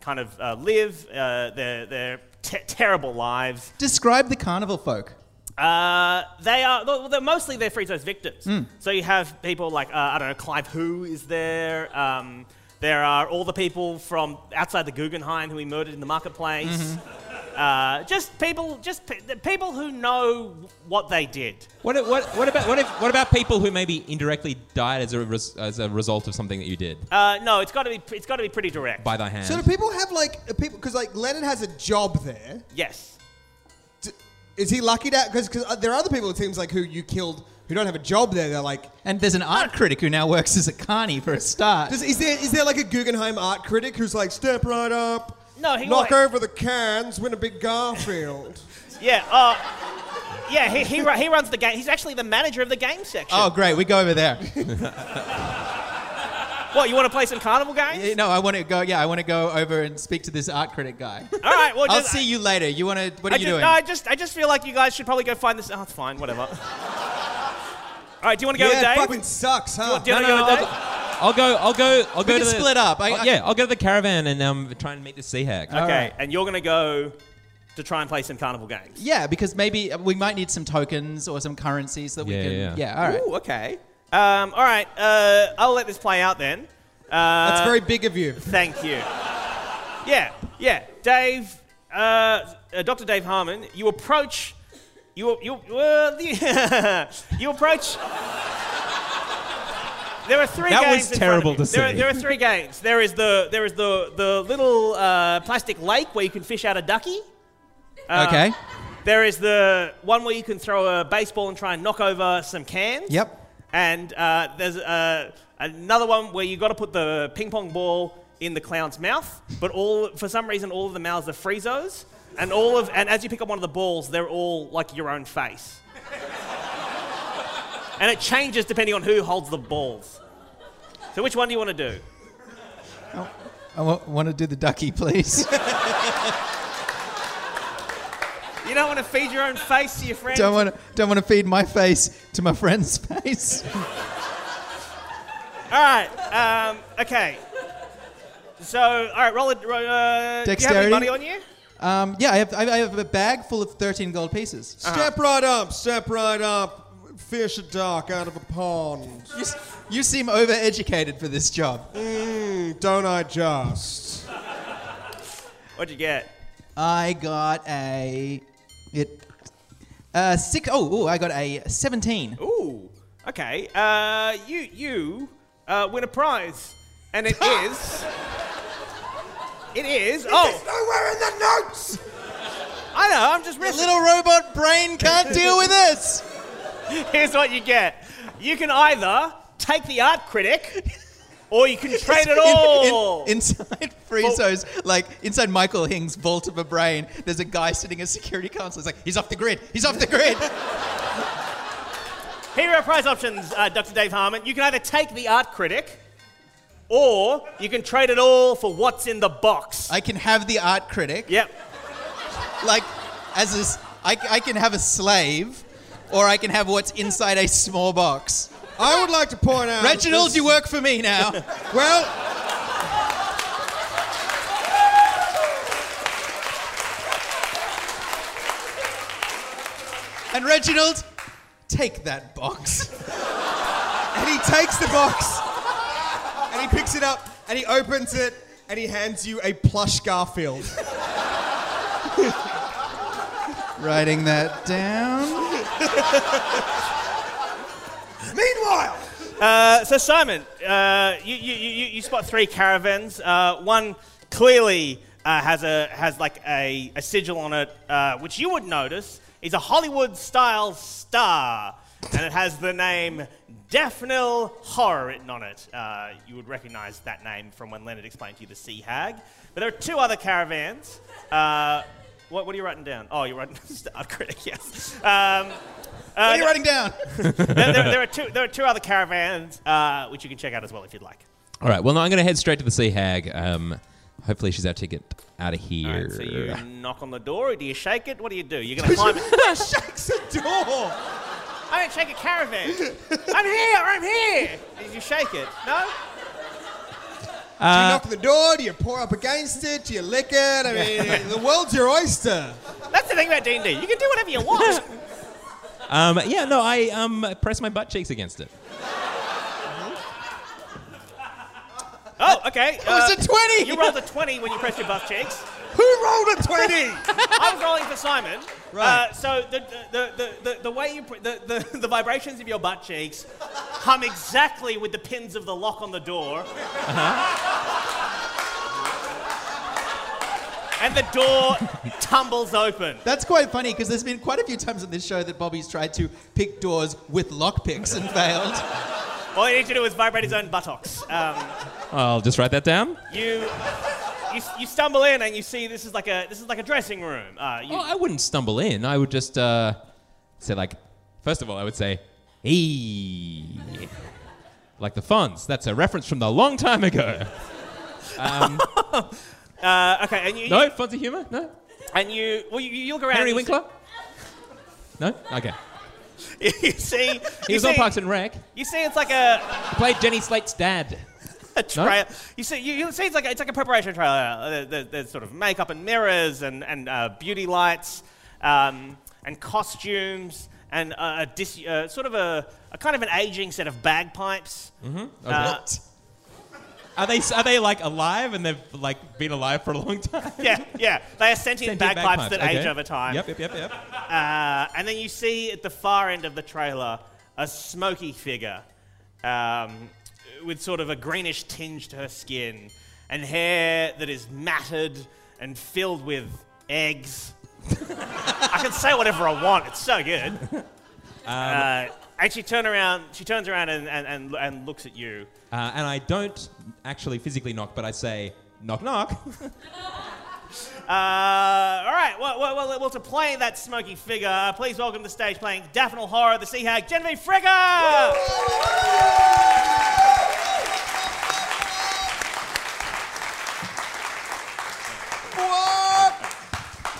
S2: kind of uh, live. Uh, their their te- terrible lives.
S3: Describe the carnival folk.
S2: Uh, they are well, they're mostly they're free throws victims.
S3: Hmm.
S2: So you have people like uh, I don't know, Clive Who is there. Um, there are all the people from outside the Guggenheim who he murdered in the marketplace.
S3: Mm-hmm.
S2: Uh, just people, just pe- the people who know what they did.
S4: What, what, what about what, if, what about people who maybe indirectly died as a res, as a result of something that you did
S2: Uh, no, it's got to be it's got to be pretty direct.
S4: by thy hand?
S5: So do people have like do people? Because like Leonard has a job there.
S2: yes.
S5: D- Is he lucky to? Because uh, there are other people it seems like who you killed who don't have a job there. They're like,
S3: And there's an art critic who now works as a carny for a start.
S5: does, is there is there like a Guggenheim art critic who's like step right up,
S2: No, he
S5: knock
S2: like-
S5: over the cans, win a big Garfield.
S2: Yeah. Uh, yeah. He he, ru- he runs the game. He's actually the manager of the game section.
S3: Oh, great. We go over there.
S2: What you want to play some carnival games?
S3: no, I want to go. Yeah, I want to go over and speak to this art critic guy.
S2: All right. Well,
S3: I'll
S2: just-
S3: see you later. You want to? What are
S2: I
S3: you
S2: just,
S3: doing?
S2: No, I just I just feel like you guys should probably go find this. Oh, it's fine. Whatever. All right. Do you want to go
S5: yeah, it
S2: with
S5: fucking
S2: Dave?
S5: sucks, huh?
S2: Do you want to go with Dave?
S4: I'll go. I'll go. I'll go
S3: can
S4: to the,
S3: split up. I-
S4: I'll-
S3: I-
S4: yeah, I'll go to the caravan and um, try and meet the sea hag.
S3: All
S2: okay.
S3: right.
S2: And you're gonna go to try and play some carnival games.
S3: Yeah, because maybe uh, we might need some tokens or some currency so that
S4: Yeah,
S3: we can.
S4: yeah.
S3: Yeah, all right.
S2: Ooh, okay. Um, all right. Uh, I'll let this play out then. Uh,
S5: That's very big of you.
S2: Thank you. Yeah, yeah. Dave, uh, uh, Dr. Dave Harmon, you approach. You, you, uh, the- you approach. There are three
S4: That
S2: games. in
S4: was
S2: front of
S4: terrible
S2: you.
S4: to
S2: there, are-
S4: see.
S2: There are three games. There is the there is the the little uh, plastic lake where you can fish out a ducky. Uh,
S3: okay.
S2: There is the one where you can throw a baseball and try and knock over some cans.
S3: Yep.
S2: And uh, there's uh, another one where you got to put the ping pong ball in the clown's mouth, but all for some reason all of the mouths are Friezos, and all of and as you pick up one of the balls, they're all like your own face. and it changes depending on who holds the balls. So which one do you want to do?
S3: I w- want to do the ducky, please.
S2: You don't want to feed your own face to your friends.
S3: don't want to. Don't want to feed my face to my friend's face.
S2: All right. Um, okay. So all right, roll it. ro- Uh, do you have
S3: Dexterity?
S2: any money on you?
S3: Um, yeah, I have. I I have a bag full of thirteen gold pieces.
S5: Step right up, step right up. fish a duck out of a pond.
S3: You, s- you seem overeducated for this job.
S5: Mm, Don't I just?
S2: What'd you get?
S3: I got a it uh six oh ooh, I got a seventeen.
S2: Ooh. Okay. Uh, you you uh, win a prize, and it is. It is. Oh,
S5: Nowhere in the notes!
S2: I know. I'm just
S3: The
S2: riffing.
S3: little robot brain can't deal with this.
S2: Here's what you get. You can either take the art critic, or you can trade it all.
S3: In- in- inside Friezo's, like inside Michael Hing's vault of a brain, there's a guy sitting at security council. He's like, he's off the grid. He's off the grid.
S2: Here are prize options, uh, Dr. Dave Harmon. You can either take the art critic, or you can trade it all for what's in the box.
S3: I can have the art critic.
S2: yep.
S3: Like, as a s I I can have a slave, or I can have what's inside a small box.
S5: I would like to point out.
S3: Reginald,
S5: this-
S3: you work for me now.
S5: Well,
S3: And Reginald, take that box.
S5: and he takes the box, and he picks it up, and he opens it, and he hands you a plush Garfield.
S3: Writing that down.
S5: Meanwhile,
S2: Uh, so, Simon, uh, you, you, you, you- you spot three caravans. Uh, one clearly uh, has, a, has like a, a sigil on it, uh, which you would notice is a Hollywood style star. And it has the name Daphnil Horror written on it. Uh, you would recognize that name from when Leonard explained to you the sea hag. But there are two other caravans. Uh, what, what are you writing down? Oh, you're writing Star Critic, yes. Um,
S3: What are you writing down?
S2: there, there- there are two. There are two other caravans uh, which you can check out as well if you'd like.
S4: All right. Well, no, I'm going to head straight to the sea hag. Um, hopefully, she's out to get out of here.
S2: All right, so you knock on the door, or do you shake it? What do you do? You're gonna climb. it.
S5: shakes a door.
S2: I don't shake a caravan. I'm here. I'm here. Did you shake it? No.
S5: Do
S3: Uh,
S5: you knock on the door? Do you pour up against it? Do you lick it? I mean, the world's your oyster.
S2: That's the thing about D and D. You can do whatever you want.
S4: Um, yeah, no, I um, press my butt cheeks against it.
S2: oh, okay.
S3: It was a twenty.
S2: You rolled a twenty when you pressed your butt cheeks.
S5: Who rolled a 20?
S2: I was rolling for Simon.
S5: Right.
S2: Uh, so the, the, the, the, the way you pr- the, the, the vibrations of your butt cheeks hum exactly with the pins of the lock on the door.
S4: Uh-huh.
S2: And the door tumbles open.
S3: That's quite funny because there's been quite a few times on this show that Bobby's tried to pick doors with lockpicks and failed.
S2: All you need to do is vibrate his own buttocks. Um,
S4: I'll just write that down.
S2: you, you you stumble in and you see this is like a this is like a dressing room. Uh, you,
S4: Well, Oh, I wouldn't stumble in. I would just uh, say like, first of all, I would say, hey, like the Fonz. That's a reference from the long time ago.
S2: uh, okay, and you,
S4: No Fonzie humor. No
S2: and you well you, you look around.
S4: Henry
S2: and you see-
S4: Winkler. No. Okay.
S2: You see, you
S4: He was
S2: see,
S4: on Parks and Rec.
S2: You see, it's like a
S4: He played Jenny Slate's dad.
S2: a trail. You see, you, you see, it's like a- it's like a preparation trailer. Uh, there- there- There's sort of makeup and mirrors and and uh, beauty lights um, and costumes and uh, a dis- uh, sort of a, a kind of an aging set of bagpipes. Uh,
S4: What? Are they are they like alive and they've like been alive for a long time?
S2: yeah, yeah. They are sentient bagpipes, that age
S4: okay.
S2: over time.
S4: Yep, yep, yep, yep.
S2: Uh, and then you see at the far end of the trailer a smoky figure um, with sort of a greenish tinge to her skin and hair that is matted and filled with eggs. I can say whatever I want, it's so good. uh, and she, turn around, she turns around and, and, and, and looks at you.
S4: Uh, and I don't actually physically knock, but I say knock knock.
S2: Uh, all right, well, well, well, well, to play that smoky figure, uh, please welcome to the stage playing Daphne Horror, the Sea Hag, Genevieve Frigga!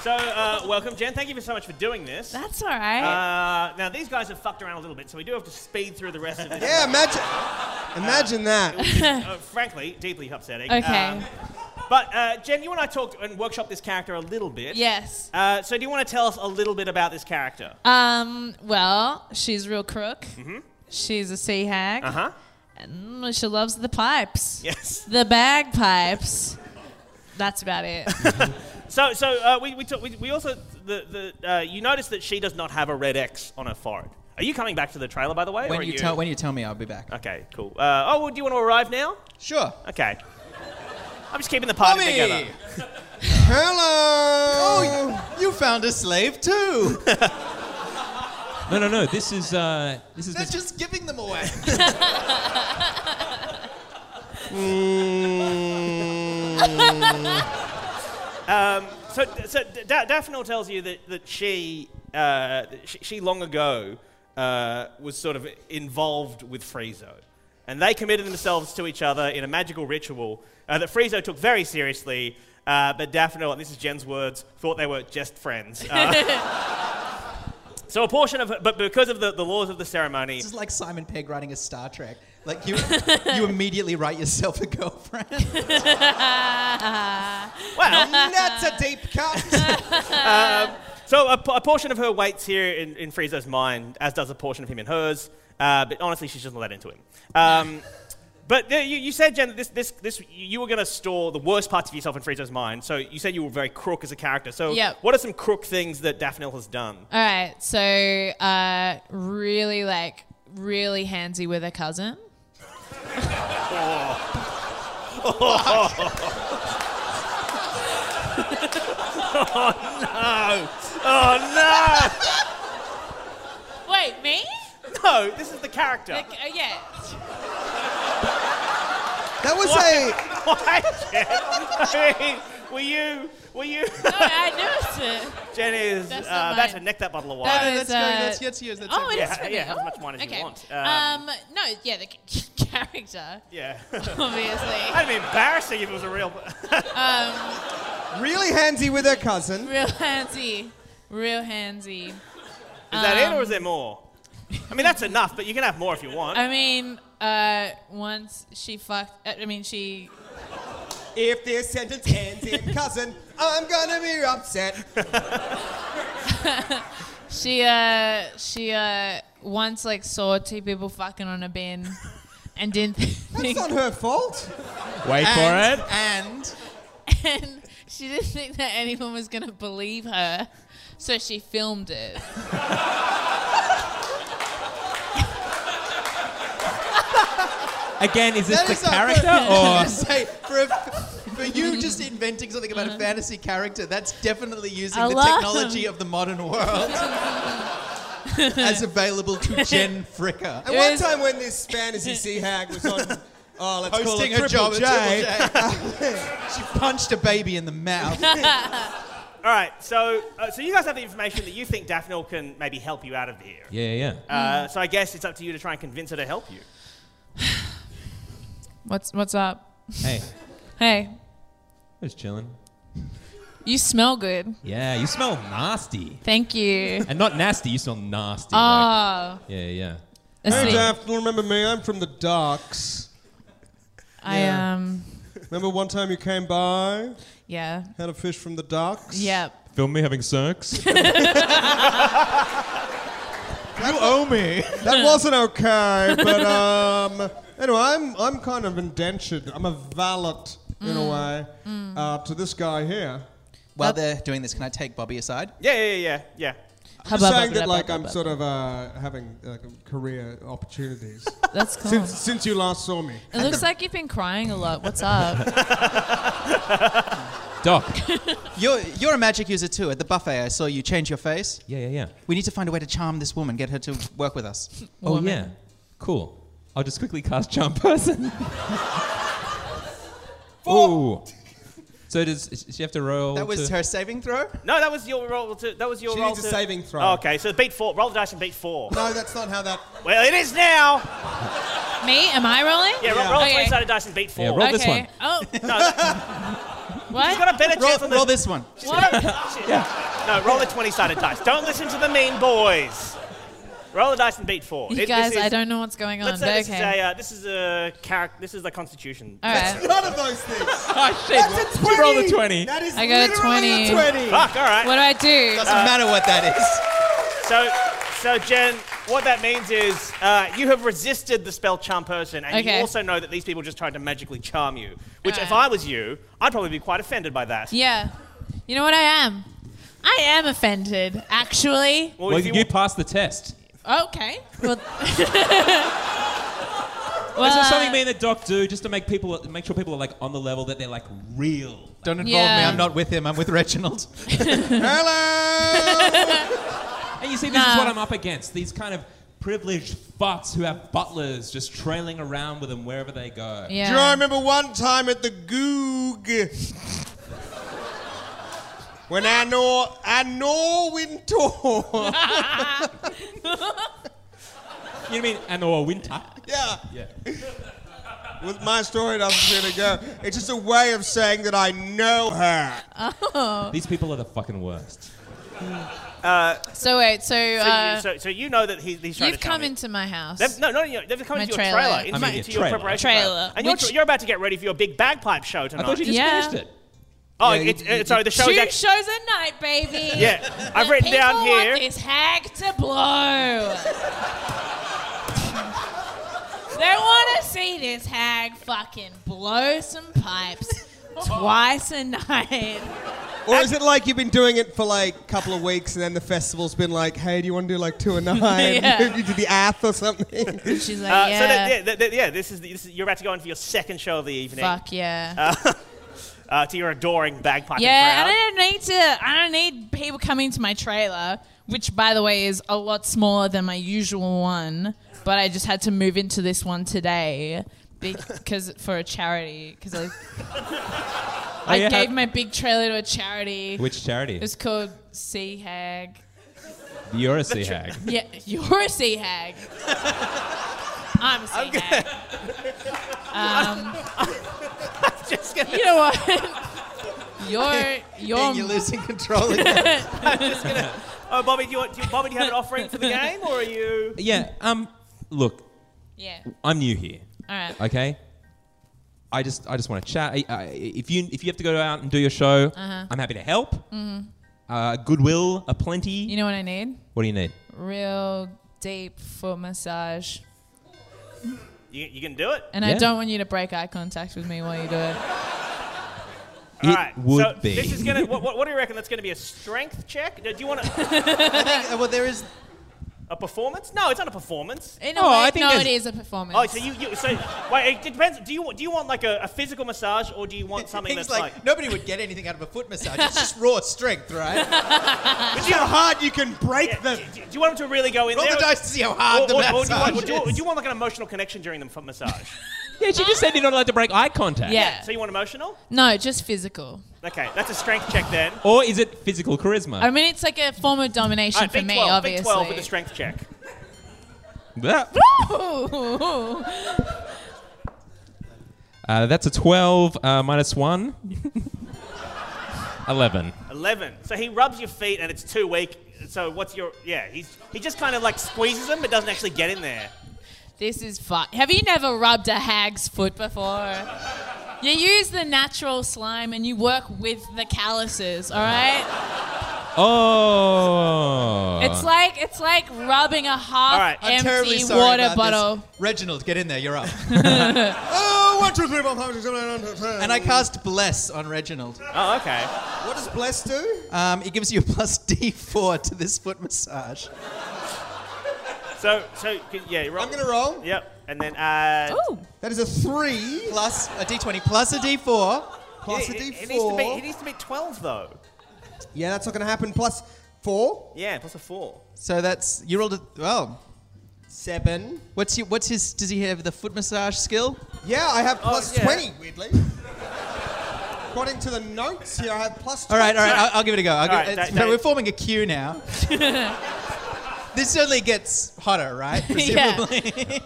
S2: So, uh, welcome, Jen. Thank you so much for doing this.
S7: That's all right.
S2: uh, now, these guys have fucked around a little bit, so we do have to speed through the rest of this.
S5: Yeah, imagine, imagine that.
S2: uh, frankly, deeply upsetting.
S7: okay.
S2: Um, But uh, Jen, you and I talked and workshopped this character a little bit.
S7: Yes.
S2: Uh, so do you want to tell us a little bit about this character?
S7: Um, well, she's real crook. She's a sea hag.
S2: huh?
S7: And she loves the pipes.
S2: Yes.
S7: The bagpipes. That's about it.
S2: So so uh, we we, talk, we we also the the uh, you notice that she does not have a red X on her forehead. Are you coming back to the trailer by the way? or
S3: When
S2: are
S3: you, tell when you tell me, I'll be back.
S2: Okay, cool. Uh, oh, well, do you want to arrive now?
S3: Sure.
S2: Okay. I'm just keeping the party
S3: Bobby!
S2: together.
S1: Hello.
S3: Oh, you found a slave too.
S4: No, no, no. This is uh, this is
S3: They're
S4: the
S3: just giving them away.
S2: So, so D- Da- Daphne tells you that that she uh, she, she long ago uh, was sort of involved with Friezo, and they committed themselves to each other in a magical ritual uh, that Friezo took very seriously. Uh, but Daphne, and this is Jen's words, thought they were just friends. Uh, so a portion of, her, but because of the, the laws of the ceremony,
S3: This is like Simon Pegg writing a Star Trek. Like you, you immediately write yourself a girlfriend.
S2: well,
S3: That's a deep cut.
S2: So a, p- a portion of her waits here in, in Friezo's mind, as does a portion of him in hers. Uh, but honestly, she's just not that into him. Um, but uh, you, you said, Jen, that this, this, this, you were going to store the worst parts of yourself in Friezo's mind. So you said you were very crook as a character. So
S7: Yep.
S2: what are some crook things that Daphne has done?
S7: All right. So, uh, really, like, really handsy with her cousin.
S2: Oh,
S7: Wait, me?
S2: no! No, this is the character.
S7: Like, uh, yeah.
S1: That was a.
S2: Why, Jen? I mean, were you... Were you...
S7: No, I knew it.
S2: Jen is...
S7: That's not
S2: uh, that's a
S7: mine.
S2: neck that bottle of wine.
S7: That
S3: Let's
S7: is,
S3: go.
S7: uh,
S3: Let's get yours. That's
S7: Oh, it
S2: Yeah,
S7: is for me.
S2: yeah, have as much
S7: Oh,
S2: wine as you
S7: okay.
S2: want. Um,
S7: Um, no, yeah, the c- character,
S2: yeah.
S7: obviously.
S2: That'd be embarrassing if it was a real...
S1: Really handsy with her cousin.
S7: Real handsy. Real handsy.
S2: Is that it, or is
S7: Um.
S2: there more? I mean, that's enough, but you can have more if you want.
S7: I mean, uh, once she fucked. uh, I mean, she.
S1: If this sentence ends in cousin, I'm gonna be upset.
S7: She uh she uh once like saw two people fucking on a bin, and didn't
S1: It's
S7: think
S1: not her fault.
S4: wait
S3: and,
S4: for it.
S3: And
S7: and she didn't think that anyone was gonna believe her, so she filmed it.
S4: Again, is this
S3: that
S4: the
S3: is not
S4: character
S3: good.
S4: or?
S3: say for a, for you just inventing something about a fantasy character. That's definitely using
S7: Uh-huh. I
S3: the
S7: love-
S3: technology of the modern world as available to Jen Fricker.
S1: And one time when this fantasy sea hag was on, oh, let's
S3: Hosting
S1: call
S3: her
S1: it
S3: job
S1: Triple J.
S3: at Triple J. she punched a baby in the mouth.
S2: All right, so uh, so you guys have the information that you think Daphne can maybe help you out of here.
S4: Yeah, yeah.
S2: Uh, so I guess it's up to you to try and convince her to help you.
S7: What's what's up?
S4: Hey,
S7: Hey,
S4: I was chilling.
S7: you smell good.
S4: Yeah, you smell nasty,
S7: Thank you.
S4: and not nasty. You smell nasty. like-
S7: Oh,
S4: yeah, yeah.
S7: let's see.
S5: Daphne, remember me? I'm from the docks.
S7: I um
S5: Remember one time you came by,
S7: yeah
S5: had a fish from the docks?
S7: yep.
S4: Film me having sex.
S3: you owe me.
S5: That wasn't okay, but um, anyway, I'm I'm kind of indentured. I'm a valet in
S7: Mm.
S5: a way uh, to this guy here.
S3: While they're doing this, can I take Bobby aside?
S2: Yeah, yeah, yeah, yeah.
S7: Hubba,
S5: Just
S7: bubba,
S5: saying that
S7: bubba,
S5: like
S7: bubba,
S5: I'm
S7: bubba.
S5: sort of uh, having like career opportunities
S7: That's cool.
S5: since since you last saw me.
S7: it looks like you've been crying a lot. What's up?
S4: Doc.
S3: You're you're a magic user too. At the buffet, I saw you change your face.
S4: Yeah, yeah, yeah.
S3: We need to find a way to charm this woman, get her to work with us.
S4: Oh yeah. Cool. I'll just quickly cast charm person. Ooh. So does does she have to roll?
S3: That was
S4: to-
S3: her saving throw.
S2: No, that was your role. To, that was your
S5: She
S2: role.
S5: needs a
S2: to-
S5: saving throw.
S2: Oh, okay, so beat four. Roll the dice and beat four.
S5: No, that's not how that.
S2: Well, it is now.
S7: Me? Am I rolling?
S2: Yeah, roll, roll a
S7: Okay.
S2: twenty-sided dice and beat four.
S4: Yeah, roll this
S7: okay.
S4: one.
S7: Oh.
S2: She's got
S7: what?
S2: a better
S3: Roll,
S2: chance on the.
S3: roll this one.
S2: Shit. No, roll the twenty-sided dice. Don't listen to the mean boys. Roll the dice and beat four.
S7: You
S2: It- this
S7: guys, I
S2: is-
S7: don't know what's going on.
S2: Let's
S7: but
S2: say this
S7: okay.
S2: is a uh, this is a character. This is the Constitution.
S7: All right.
S5: None of those things.
S4: Oh, shit. You rolled a 20.
S5: That is
S7: I got a
S5: literally
S7: 20.
S5: 20.
S2: Fuck. All right.
S7: What do I do?
S3: Doesn't matter what that is.
S2: So, so Jen, what that means is uh, you have resisted the spell charm person, and
S7: Okay. Uh.
S2: you also know that these people just tried to magically charm you. Which, if
S7: Alright.
S2: I was you, I'd probably be quite offended by that.
S7: Yeah. You know what I am? I am offended, actually.
S2: Well,
S4: Well,
S2: if
S4: you,
S2: you-
S4: passed the test.
S7: Okay. Well, well,
S4: Is there
S7: uh,
S4: something me and the doc do just to make people make sure people are like on the level that they're like real?
S3: Don't involve me.
S7: Yeah.
S3: I'm not with him. I'm with Reginald.
S4: And you see, this is
S7: Nah.
S4: what I'm up against. These kind of privileged fucks who have butlers just trailing around with them wherever they go.
S7: yeah.
S5: Do I remember one time at the Goog when I know I know Wintour.
S4: You know what I mean? And or winter.
S5: yeah.
S4: Yeah.
S5: With my story, I'm gonna go. It's just a way of saying that I know her.
S4: These people are the fucking worst.
S7: So wait,
S2: Uh,
S7: so,
S2: so,
S7: uh,
S2: you, so, so you know that he, he's trying
S7: you've
S2: to charm
S7: come
S2: you.
S7: into my house.
S2: They've, no, no, no, they've come
S7: My
S2: into
S7: trailer.
S2: your trailer, into,
S4: I mean,
S2: into
S4: yeah,
S2: your
S4: trailer.
S2: preparation
S7: Trailer,
S2: And you're,
S7: which-
S2: tr- you're about to get ready for your big bagpipe show
S4: I
S2: tonight.
S4: thought you just
S7: Yeah.
S4: finished it.
S2: oh,
S3: Yeah,
S2: it's,
S3: you-
S2: uh, sorry, the
S7: Two
S2: show's actually.
S7: shows a night, baby.
S2: yeah, I've
S7: The
S2: written down
S7: people want
S2: here.
S7: this hag to blow. they want to see this hag fucking blow some pipes twice a night.
S5: Or is it like you've been doing it for like a couple of weeks, and then the festival's been like, "Hey, do you want to do like two and nine?
S7: Yeah.
S5: you do the ath or something."
S7: She's like,
S2: Uh,
S7: yeah,
S2: So that, yeah, that, that- yeah, this is, the, this is you're about to go in for your second show of the evening
S7: fuck yeah.
S2: uh, to your adoring bagpipe
S7: Yeah,
S2: crowd.
S7: and I don't need to. I don't need people coming to my trailer, which, by the way, is a lot smaller than my usual one. But I just had to move into this one today because for a charity. Because I, I
S4: Oh, yeah,
S7: gave
S4: how-
S7: my big trailer to a charity.
S4: Which charity?
S7: It was called Sea Hag.
S4: You're a sea hag.
S7: Yeah, you're a sea hag. I'm a sea hag. Um,
S2: Just gonna-
S7: You know what? you're you're
S3: You're losing control again.
S2: Oh, Bobby, do you, want, do you, Bobby, do you have an offering for the game, or are you?
S4: yeah. Um. Look,
S7: yeah.
S4: I'm new here.
S7: All right.
S4: Okay. I just I just want to chat. I, I, if you if you have to go out and do your show,
S7: Uh-huh.
S4: I'm happy to help. Uh, goodwill aplenty.
S7: Mm-hmm. You know what I need?
S4: what do you need?
S7: real deep foot massage.
S2: You, you can do it.
S7: And I
S4: Yeah.
S7: don't want you to break eye contact with me while you do it.
S4: It
S2: All right.
S4: would
S2: so
S4: be.
S2: This is gonna. What, what, what do you reckon? That's gonna be a strength check. Do you want a,
S3: well, there is.
S2: a performance? No, it's not a performance.
S7: In a
S4: Oh,
S7: way,
S4: I think
S7: no,
S4: there's-
S7: it is a performance.
S2: Oh, so you, you so wait. It depends. Do you do you want like a, a physical massage, or do you want something
S3: Things
S2: that's
S3: like,
S2: like?
S3: nobody would get anything out of a foot massage. It's just raw strength, right?
S5: It's how hard you can break
S2: Yeah,
S5: them.
S2: do, do you want them to really go in
S3: Roll
S2: there?
S3: the
S2: or-
S3: dice to see how
S2: Or,
S3: hard
S2: or,
S3: the massage
S2: or do, you want, or do you-
S3: is.
S2: do you want like an emotional connection during the foot massage?
S4: Yeah, she just said you're not allowed to break eye contact.
S7: yeah.
S2: So you want emotional?
S7: no, just physical.
S2: Okay, that's a strength check then.
S4: Or is it physical charisma?
S7: I mean, it's like a form of domination
S2: All right,
S7: for
S2: big
S7: me,
S2: twelve,
S7: obviously.
S2: big twelve with a strength check.
S4: Yeah.
S7: Ooh.
S4: Uh, that's a 12 uh, minus 1. 11.
S2: Eleven. So he rubs your feet, and it's too weak. So what's your? Yeah, he's he just kind of like squeezes them, but doesn't actually get in there.
S7: This is fun. Have you never rubbed a hag's foot before? You use the natural slime and you work with the calluses, all right?
S4: Oh.
S7: It's like it's like rubbing a half
S2: All right.
S3: I'm terribly
S7: empty
S3: sorry
S7: water
S3: about
S7: bottle.
S3: This. Reginald, get in there. You're up.
S5: Oh, one, two, three, four, five, six, seven, eight, nine, ten, ten.
S3: and I cast bless on Reginald.
S2: Oh, okay.
S5: What does bless do?
S3: Um, it gives you a plus D4 to this foot massage.
S2: So, so c- yeah, you're
S5: I'm gonna roll.
S2: Yep, and then uh,
S7: Ooh.
S5: That is a three
S3: Plus a D20 plus a D4.
S5: plus
S2: it,
S5: a
S2: it-
S5: d4.
S2: it needs to be it needs to be twelve though.
S5: yeah, that's not gonna happen. Plus four,
S2: Yeah, plus a four.
S3: So that's you rolled a oh.
S5: seven.
S3: What's your, what's his? Does he have the foot massage skill?
S5: Yeah, I have plus
S2: yeah.
S5: twenty. Weirdly, according to the notes here, I have plus. 20.
S3: All right, all right. I'll, I'll give it a go. I'll
S2: All
S3: give-
S2: right,
S3: it's-
S2: that- that-
S3: we're forming a queue now. this only gets hotter, right?
S7: Yeah.
S3: Presumably.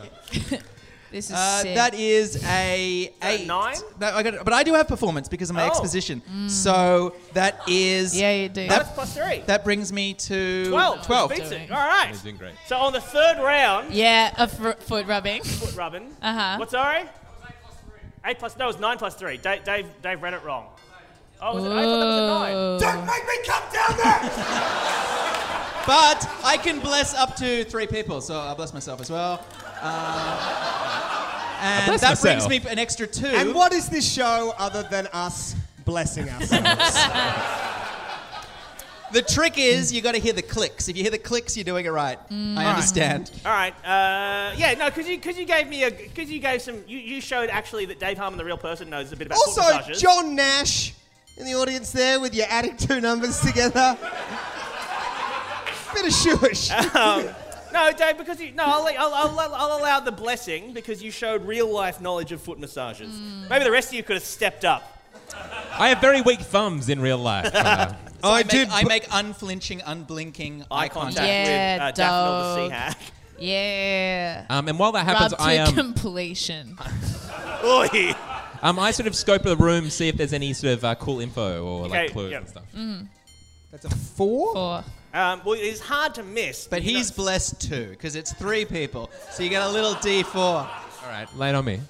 S7: This is
S3: Uh,
S7: sick.
S3: that is a
S2: that
S3: eight.
S2: nine?
S3: That- I got it. But I do have performance because of my
S2: Oh.
S3: exposition. So that is.
S7: Yeah, you do.
S2: That's
S3: That,
S2: plus three.
S3: that brings me to
S2: 12.
S3: Twelve.
S2: Beats it.
S7: Doing.
S2: All right.
S4: He's doing great.
S2: So on the third round,
S7: yeah, a fr- foot rubbing.
S2: foot rubbing.
S7: Uh-huh.
S2: What's sorry? Eight plus, no, it was nine plus three. Dave, Dave, Dave read it wrong. Oh, was it, I thought that was a nine.
S7: Ooh.
S1: Don't make me come down there!
S3: But I can bless up to three people, so I bless myself as well. Uh, and
S4: bless
S3: that
S4: myself.
S3: brings me an extra two.
S5: And what is this show other than us blessing ourselves?
S3: The trick is you got to hear the clicks. If you hear the clicks, you're doing it Mm. right. I understand.
S2: All right. Uh, yeah, no, because you, cause you gave me a, because you gave some, you, you showed actually that Dave Harmon, the real person, knows a bit about foot
S5: also,
S2: massages.
S5: John Nash in the audience there with your adding two numbers together. Bit of shush.
S2: No, Dave, because you, no, I'll, I'll, I'll, I'll- I'll allow the blessing because you showed real life knowledge of foot massages. Maybe the rest of you could have stepped up.
S4: I have very weak thumbs in real life. Uh,
S3: I,
S5: I
S3: make,
S5: did
S3: I
S5: bu-
S3: make unflinching, unblinking
S2: Eye
S3: eye
S2: contact
S3: contact.
S7: Yeah,
S2: with uh, Daphne the sea
S7: dog.
S2: hack.
S7: Yeah.
S4: um, and while that happens,
S7: Rub to
S4: I um,
S7: completion.
S2: Oi.
S4: um, I sort of scope the room, see if there's any sort of uh, cool info or
S2: Okay,
S4: like clues
S2: yeah.
S4: and stuff.
S7: Mm.
S5: That's a four?
S7: Four.
S2: Um, well, it's hard to miss.
S3: But
S2: you
S3: he's
S2: know.
S3: blessed too, because it's three people. So you get a little D4.
S4: All right, lay it on me.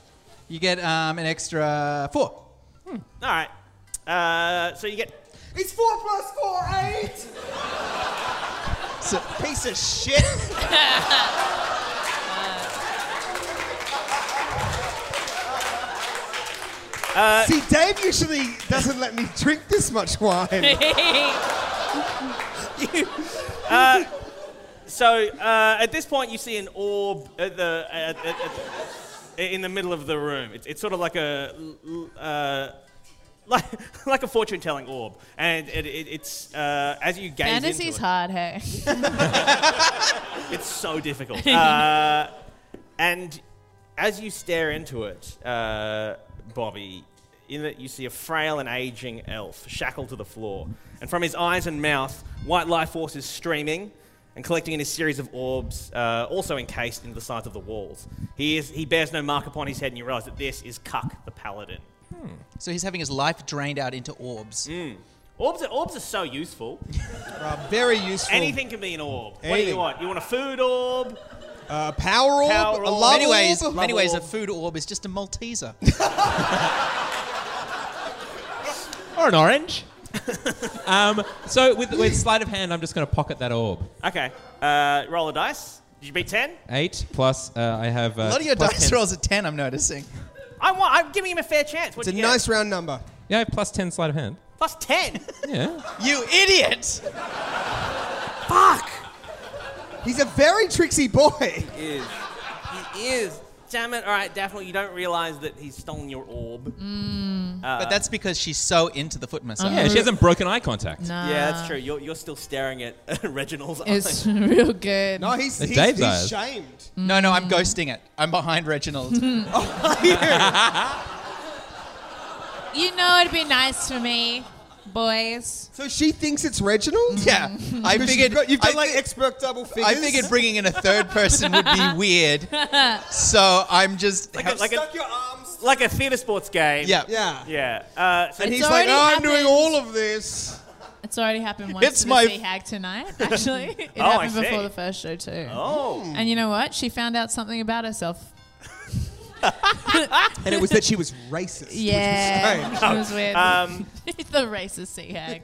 S3: You get um, an extra four.
S2: All right. Uh, so you get.
S5: It's four plus four, eight.
S3: So,
S5: Piece of shit.
S3: Uh,
S5: See, Dave usually doesn't let me drink this much wine.
S2: So uh, at this point, you see an orb at the, at, at, at the- in the middle of the room. It's, it's sort of like a l- l- uh, like, like a fortune telling orb, and it, it, it's uh, as you gaze
S7: Fantasy's
S2: into it,
S7: hard, hey.
S2: it's so difficult. Uh, and as you stare into it, uh, Bobby, in it you see a frail and aging elf shackled to the floor. And from his eyes and mouth, white life force is streaming and collecting in a series of orbs, uh, also encased into the sides of the walls. He, is, he bears no mark upon his head, and you realize that this is Cuck the Paladin.
S3: so he's having his life drained out into orbs.
S2: Orbs are, orbs are so useful.
S5: Very useful.
S2: Anything can be an orb. What do you
S5: Anything.
S2: want? You want a food orb?
S5: Uh, power orb.
S2: Power
S5: A
S2: orb.
S5: love
S3: many ways,
S5: orb.
S3: many ways, a
S2: orb.
S3: food orb is just a Malteser.
S4: Or an orange. um, so with, with sleight of hand, I'm just going to pocket that orb.
S2: Okay. Uh, roll a dice. Did you beat 10?
S4: Eight plus uh, I have. Uh,
S3: A lot of your
S4: plus
S3: dice
S4: 10
S3: rolls are 10, I'm noticing.
S2: I want. I'm giving him a fair chance.
S5: It's a nice round number.
S4: Yeah, I have plus ten sleight of hand.
S2: plus ten.
S4: Yeah.
S3: You idiot!
S5: He's a very tricksy boy.
S2: is. He is. Damn it! All right, Daphne, you don't realize that he's stolen your orb.
S3: But that's because she's so into the foot massage.
S4: Yeah, she hasn't broken eye contact.
S2: yeah, that's true. You're, you're still staring at Reginald's eyes.
S7: It's real good.
S5: No, he's,
S4: It's
S5: he's,
S4: Dave's
S5: he's
S4: eyes.
S5: shamed.
S3: No, no, I'm ghosting it. I'm behind Reginald.
S7: You know it'd be nice for me, boys.
S5: So she thinks it's Reginald?
S3: yeah,
S2: Mm.
S3: I
S5: Because
S3: figured.
S5: you've, got, you've done
S3: I,
S5: like
S3: thi-
S5: expert double figures.
S3: I figured bringing in a third person would be weird. So I'm just.
S2: Like a, like a
S5: Stuck your arms.
S2: like a theater sports game.
S3: yeah.
S5: Yeah.
S2: Yeah. Uh, so
S5: And
S7: It's
S5: he's like,
S7: already
S5: oh, I'm
S7: happened."
S5: doing all of this.
S7: It's already happened once
S3: It's
S7: it's
S3: my-
S7: my hag tonight. Actually, it
S2: Oh, I
S7: happened
S2: see.
S7: before the first show too.
S2: oh,
S7: And you know what? She found out something about herself.
S5: And it was that she was racist.
S7: Yeah,
S5: strange.
S7: it was weird.
S2: um,
S7: the racist sea hag.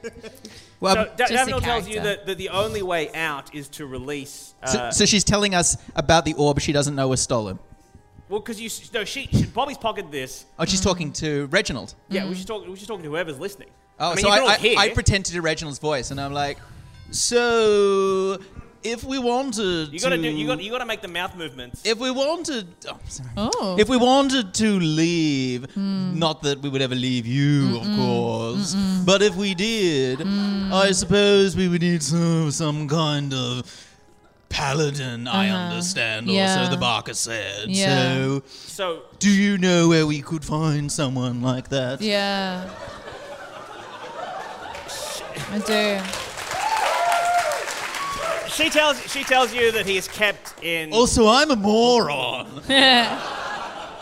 S3: Well, um,
S2: so da-
S7: Just a
S2: Daphne tells you
S7: character.
S2: that, that the only way out is to release.
S3: so,
S2: Uh,
S3: so she's telling us about the orb she doesn't know was stolen.
S2: well, because you s- no, she, she Bobby's pocketed this.
S3: Oh,
S5: Mm.
S3: she's talking to Reginald.
S2: Yeah,
S7: Mm.
S2: we should talk. We should talk to whoever's listening.
S3: Oh,
S2: I mean,
S3: so
S2: you
S3: I,
S2: can all
S3: I,
S2: hear.
S3: I pretend to do Reginald's voice, and I'm like, so if we wanted
S2: you gotta
S3: to,
S2: do. You got. You gotta make the mouth movements.
S3: if we wanted, oh, sorry.
S7: Oh. Hmm.
S3: if we wanted to leave, not that we would ever leave you, of course, but if we did,
S7: Hmm.
S3: I suppose we would need some, some kind of paladin. I
S7: Uh-huh.
S3: understand, or
S7: Yeah.
S3: so the barker said.
S7: Yeah.
S3: So,
S2: so
S3: do you know where we could find someone like that?
S7: Yeah. I do.
S2: she tells. She tells you that he is kept in.
S3: Also, I'm a moron.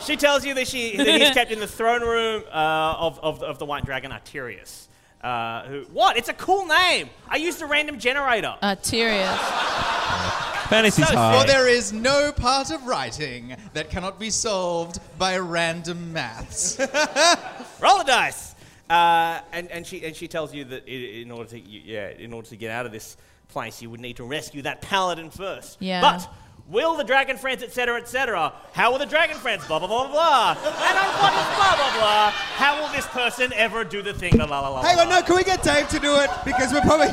S2: She tells you that, she, that he's kept in the throne room uh, of, of, of the White Dragon Arterius. Uh, who, what? It's a cool name. I used a random generator.
S5: Uh,
S7: Arterius.
S4: Fantasy's hard.
S3: For there is no part of writing that cannot be solved by random maths.
S2: Roll the dice. Uh, and, and, she, and she tells you that i- in order to you- yeah in order to get out of this place, you would need to rescue that paladin first.
S7: Yeah.
S2: But will the dragon friends, etc., etc. How will the dragon friends? Blah blah blah blah blah. and on what is blah blah blah? How will this person ever do the thing? La la la la.
S5: Hang on,
S2: la.
S5: no, can we get Dave to do it? Because we're probably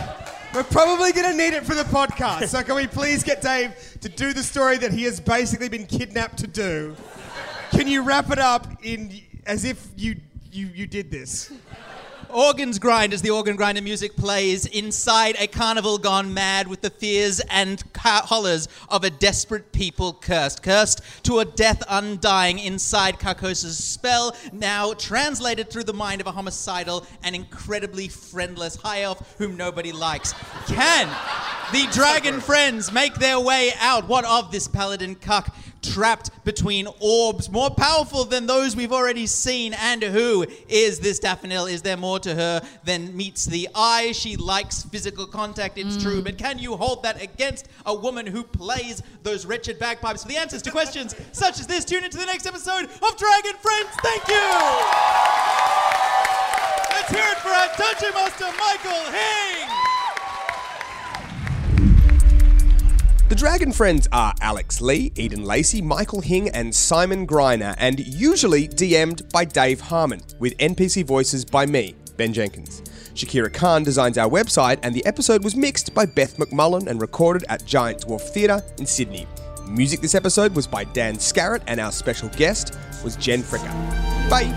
S5: we're probably gonna need it for the podcast. So can we please get Dave to do the story that he has basically been kidnapped to do? Can you wrap it up in as if you you, you did this?
S3: Organs grind as the organ grinder music plays inside a carnival gone mad with the fears and ca- hollers of a desperate people cursed. Cursed to a death undying inside Carcosa's spell, now translated through the mind of a homicidal and incredibly friendless high elf whom nobody likes. Can the dragon friends make their way out? What of this paladin cuck? Trapped between orbs more powerful than those we've already seen, and who is this Daffodil? Is there more to her than meets the eye? She likes physical contact, it's true, but can you hold that against a woman who plays those wretched bagpipes? For the answers to questions such as this, tune into the next episode of Dragon Friends. Thank you. Let's hear it for our Dungeon Master, Michael Hing.
S1: The Dragon Friends are Alex Lee, Eden Lacey, Michael Hing, and Simon Griner, and usually DM'd by Dave Harmon, with NPC voices by me, Ben Jenkins. Shakira Khan designs our website, and the episode was mixed by Beth McMullen and recorded at Giant Dwarf Theatre in Sydney. Music this episode was by Dan Scarrett, and our special guest was Jen Fricker. Bye!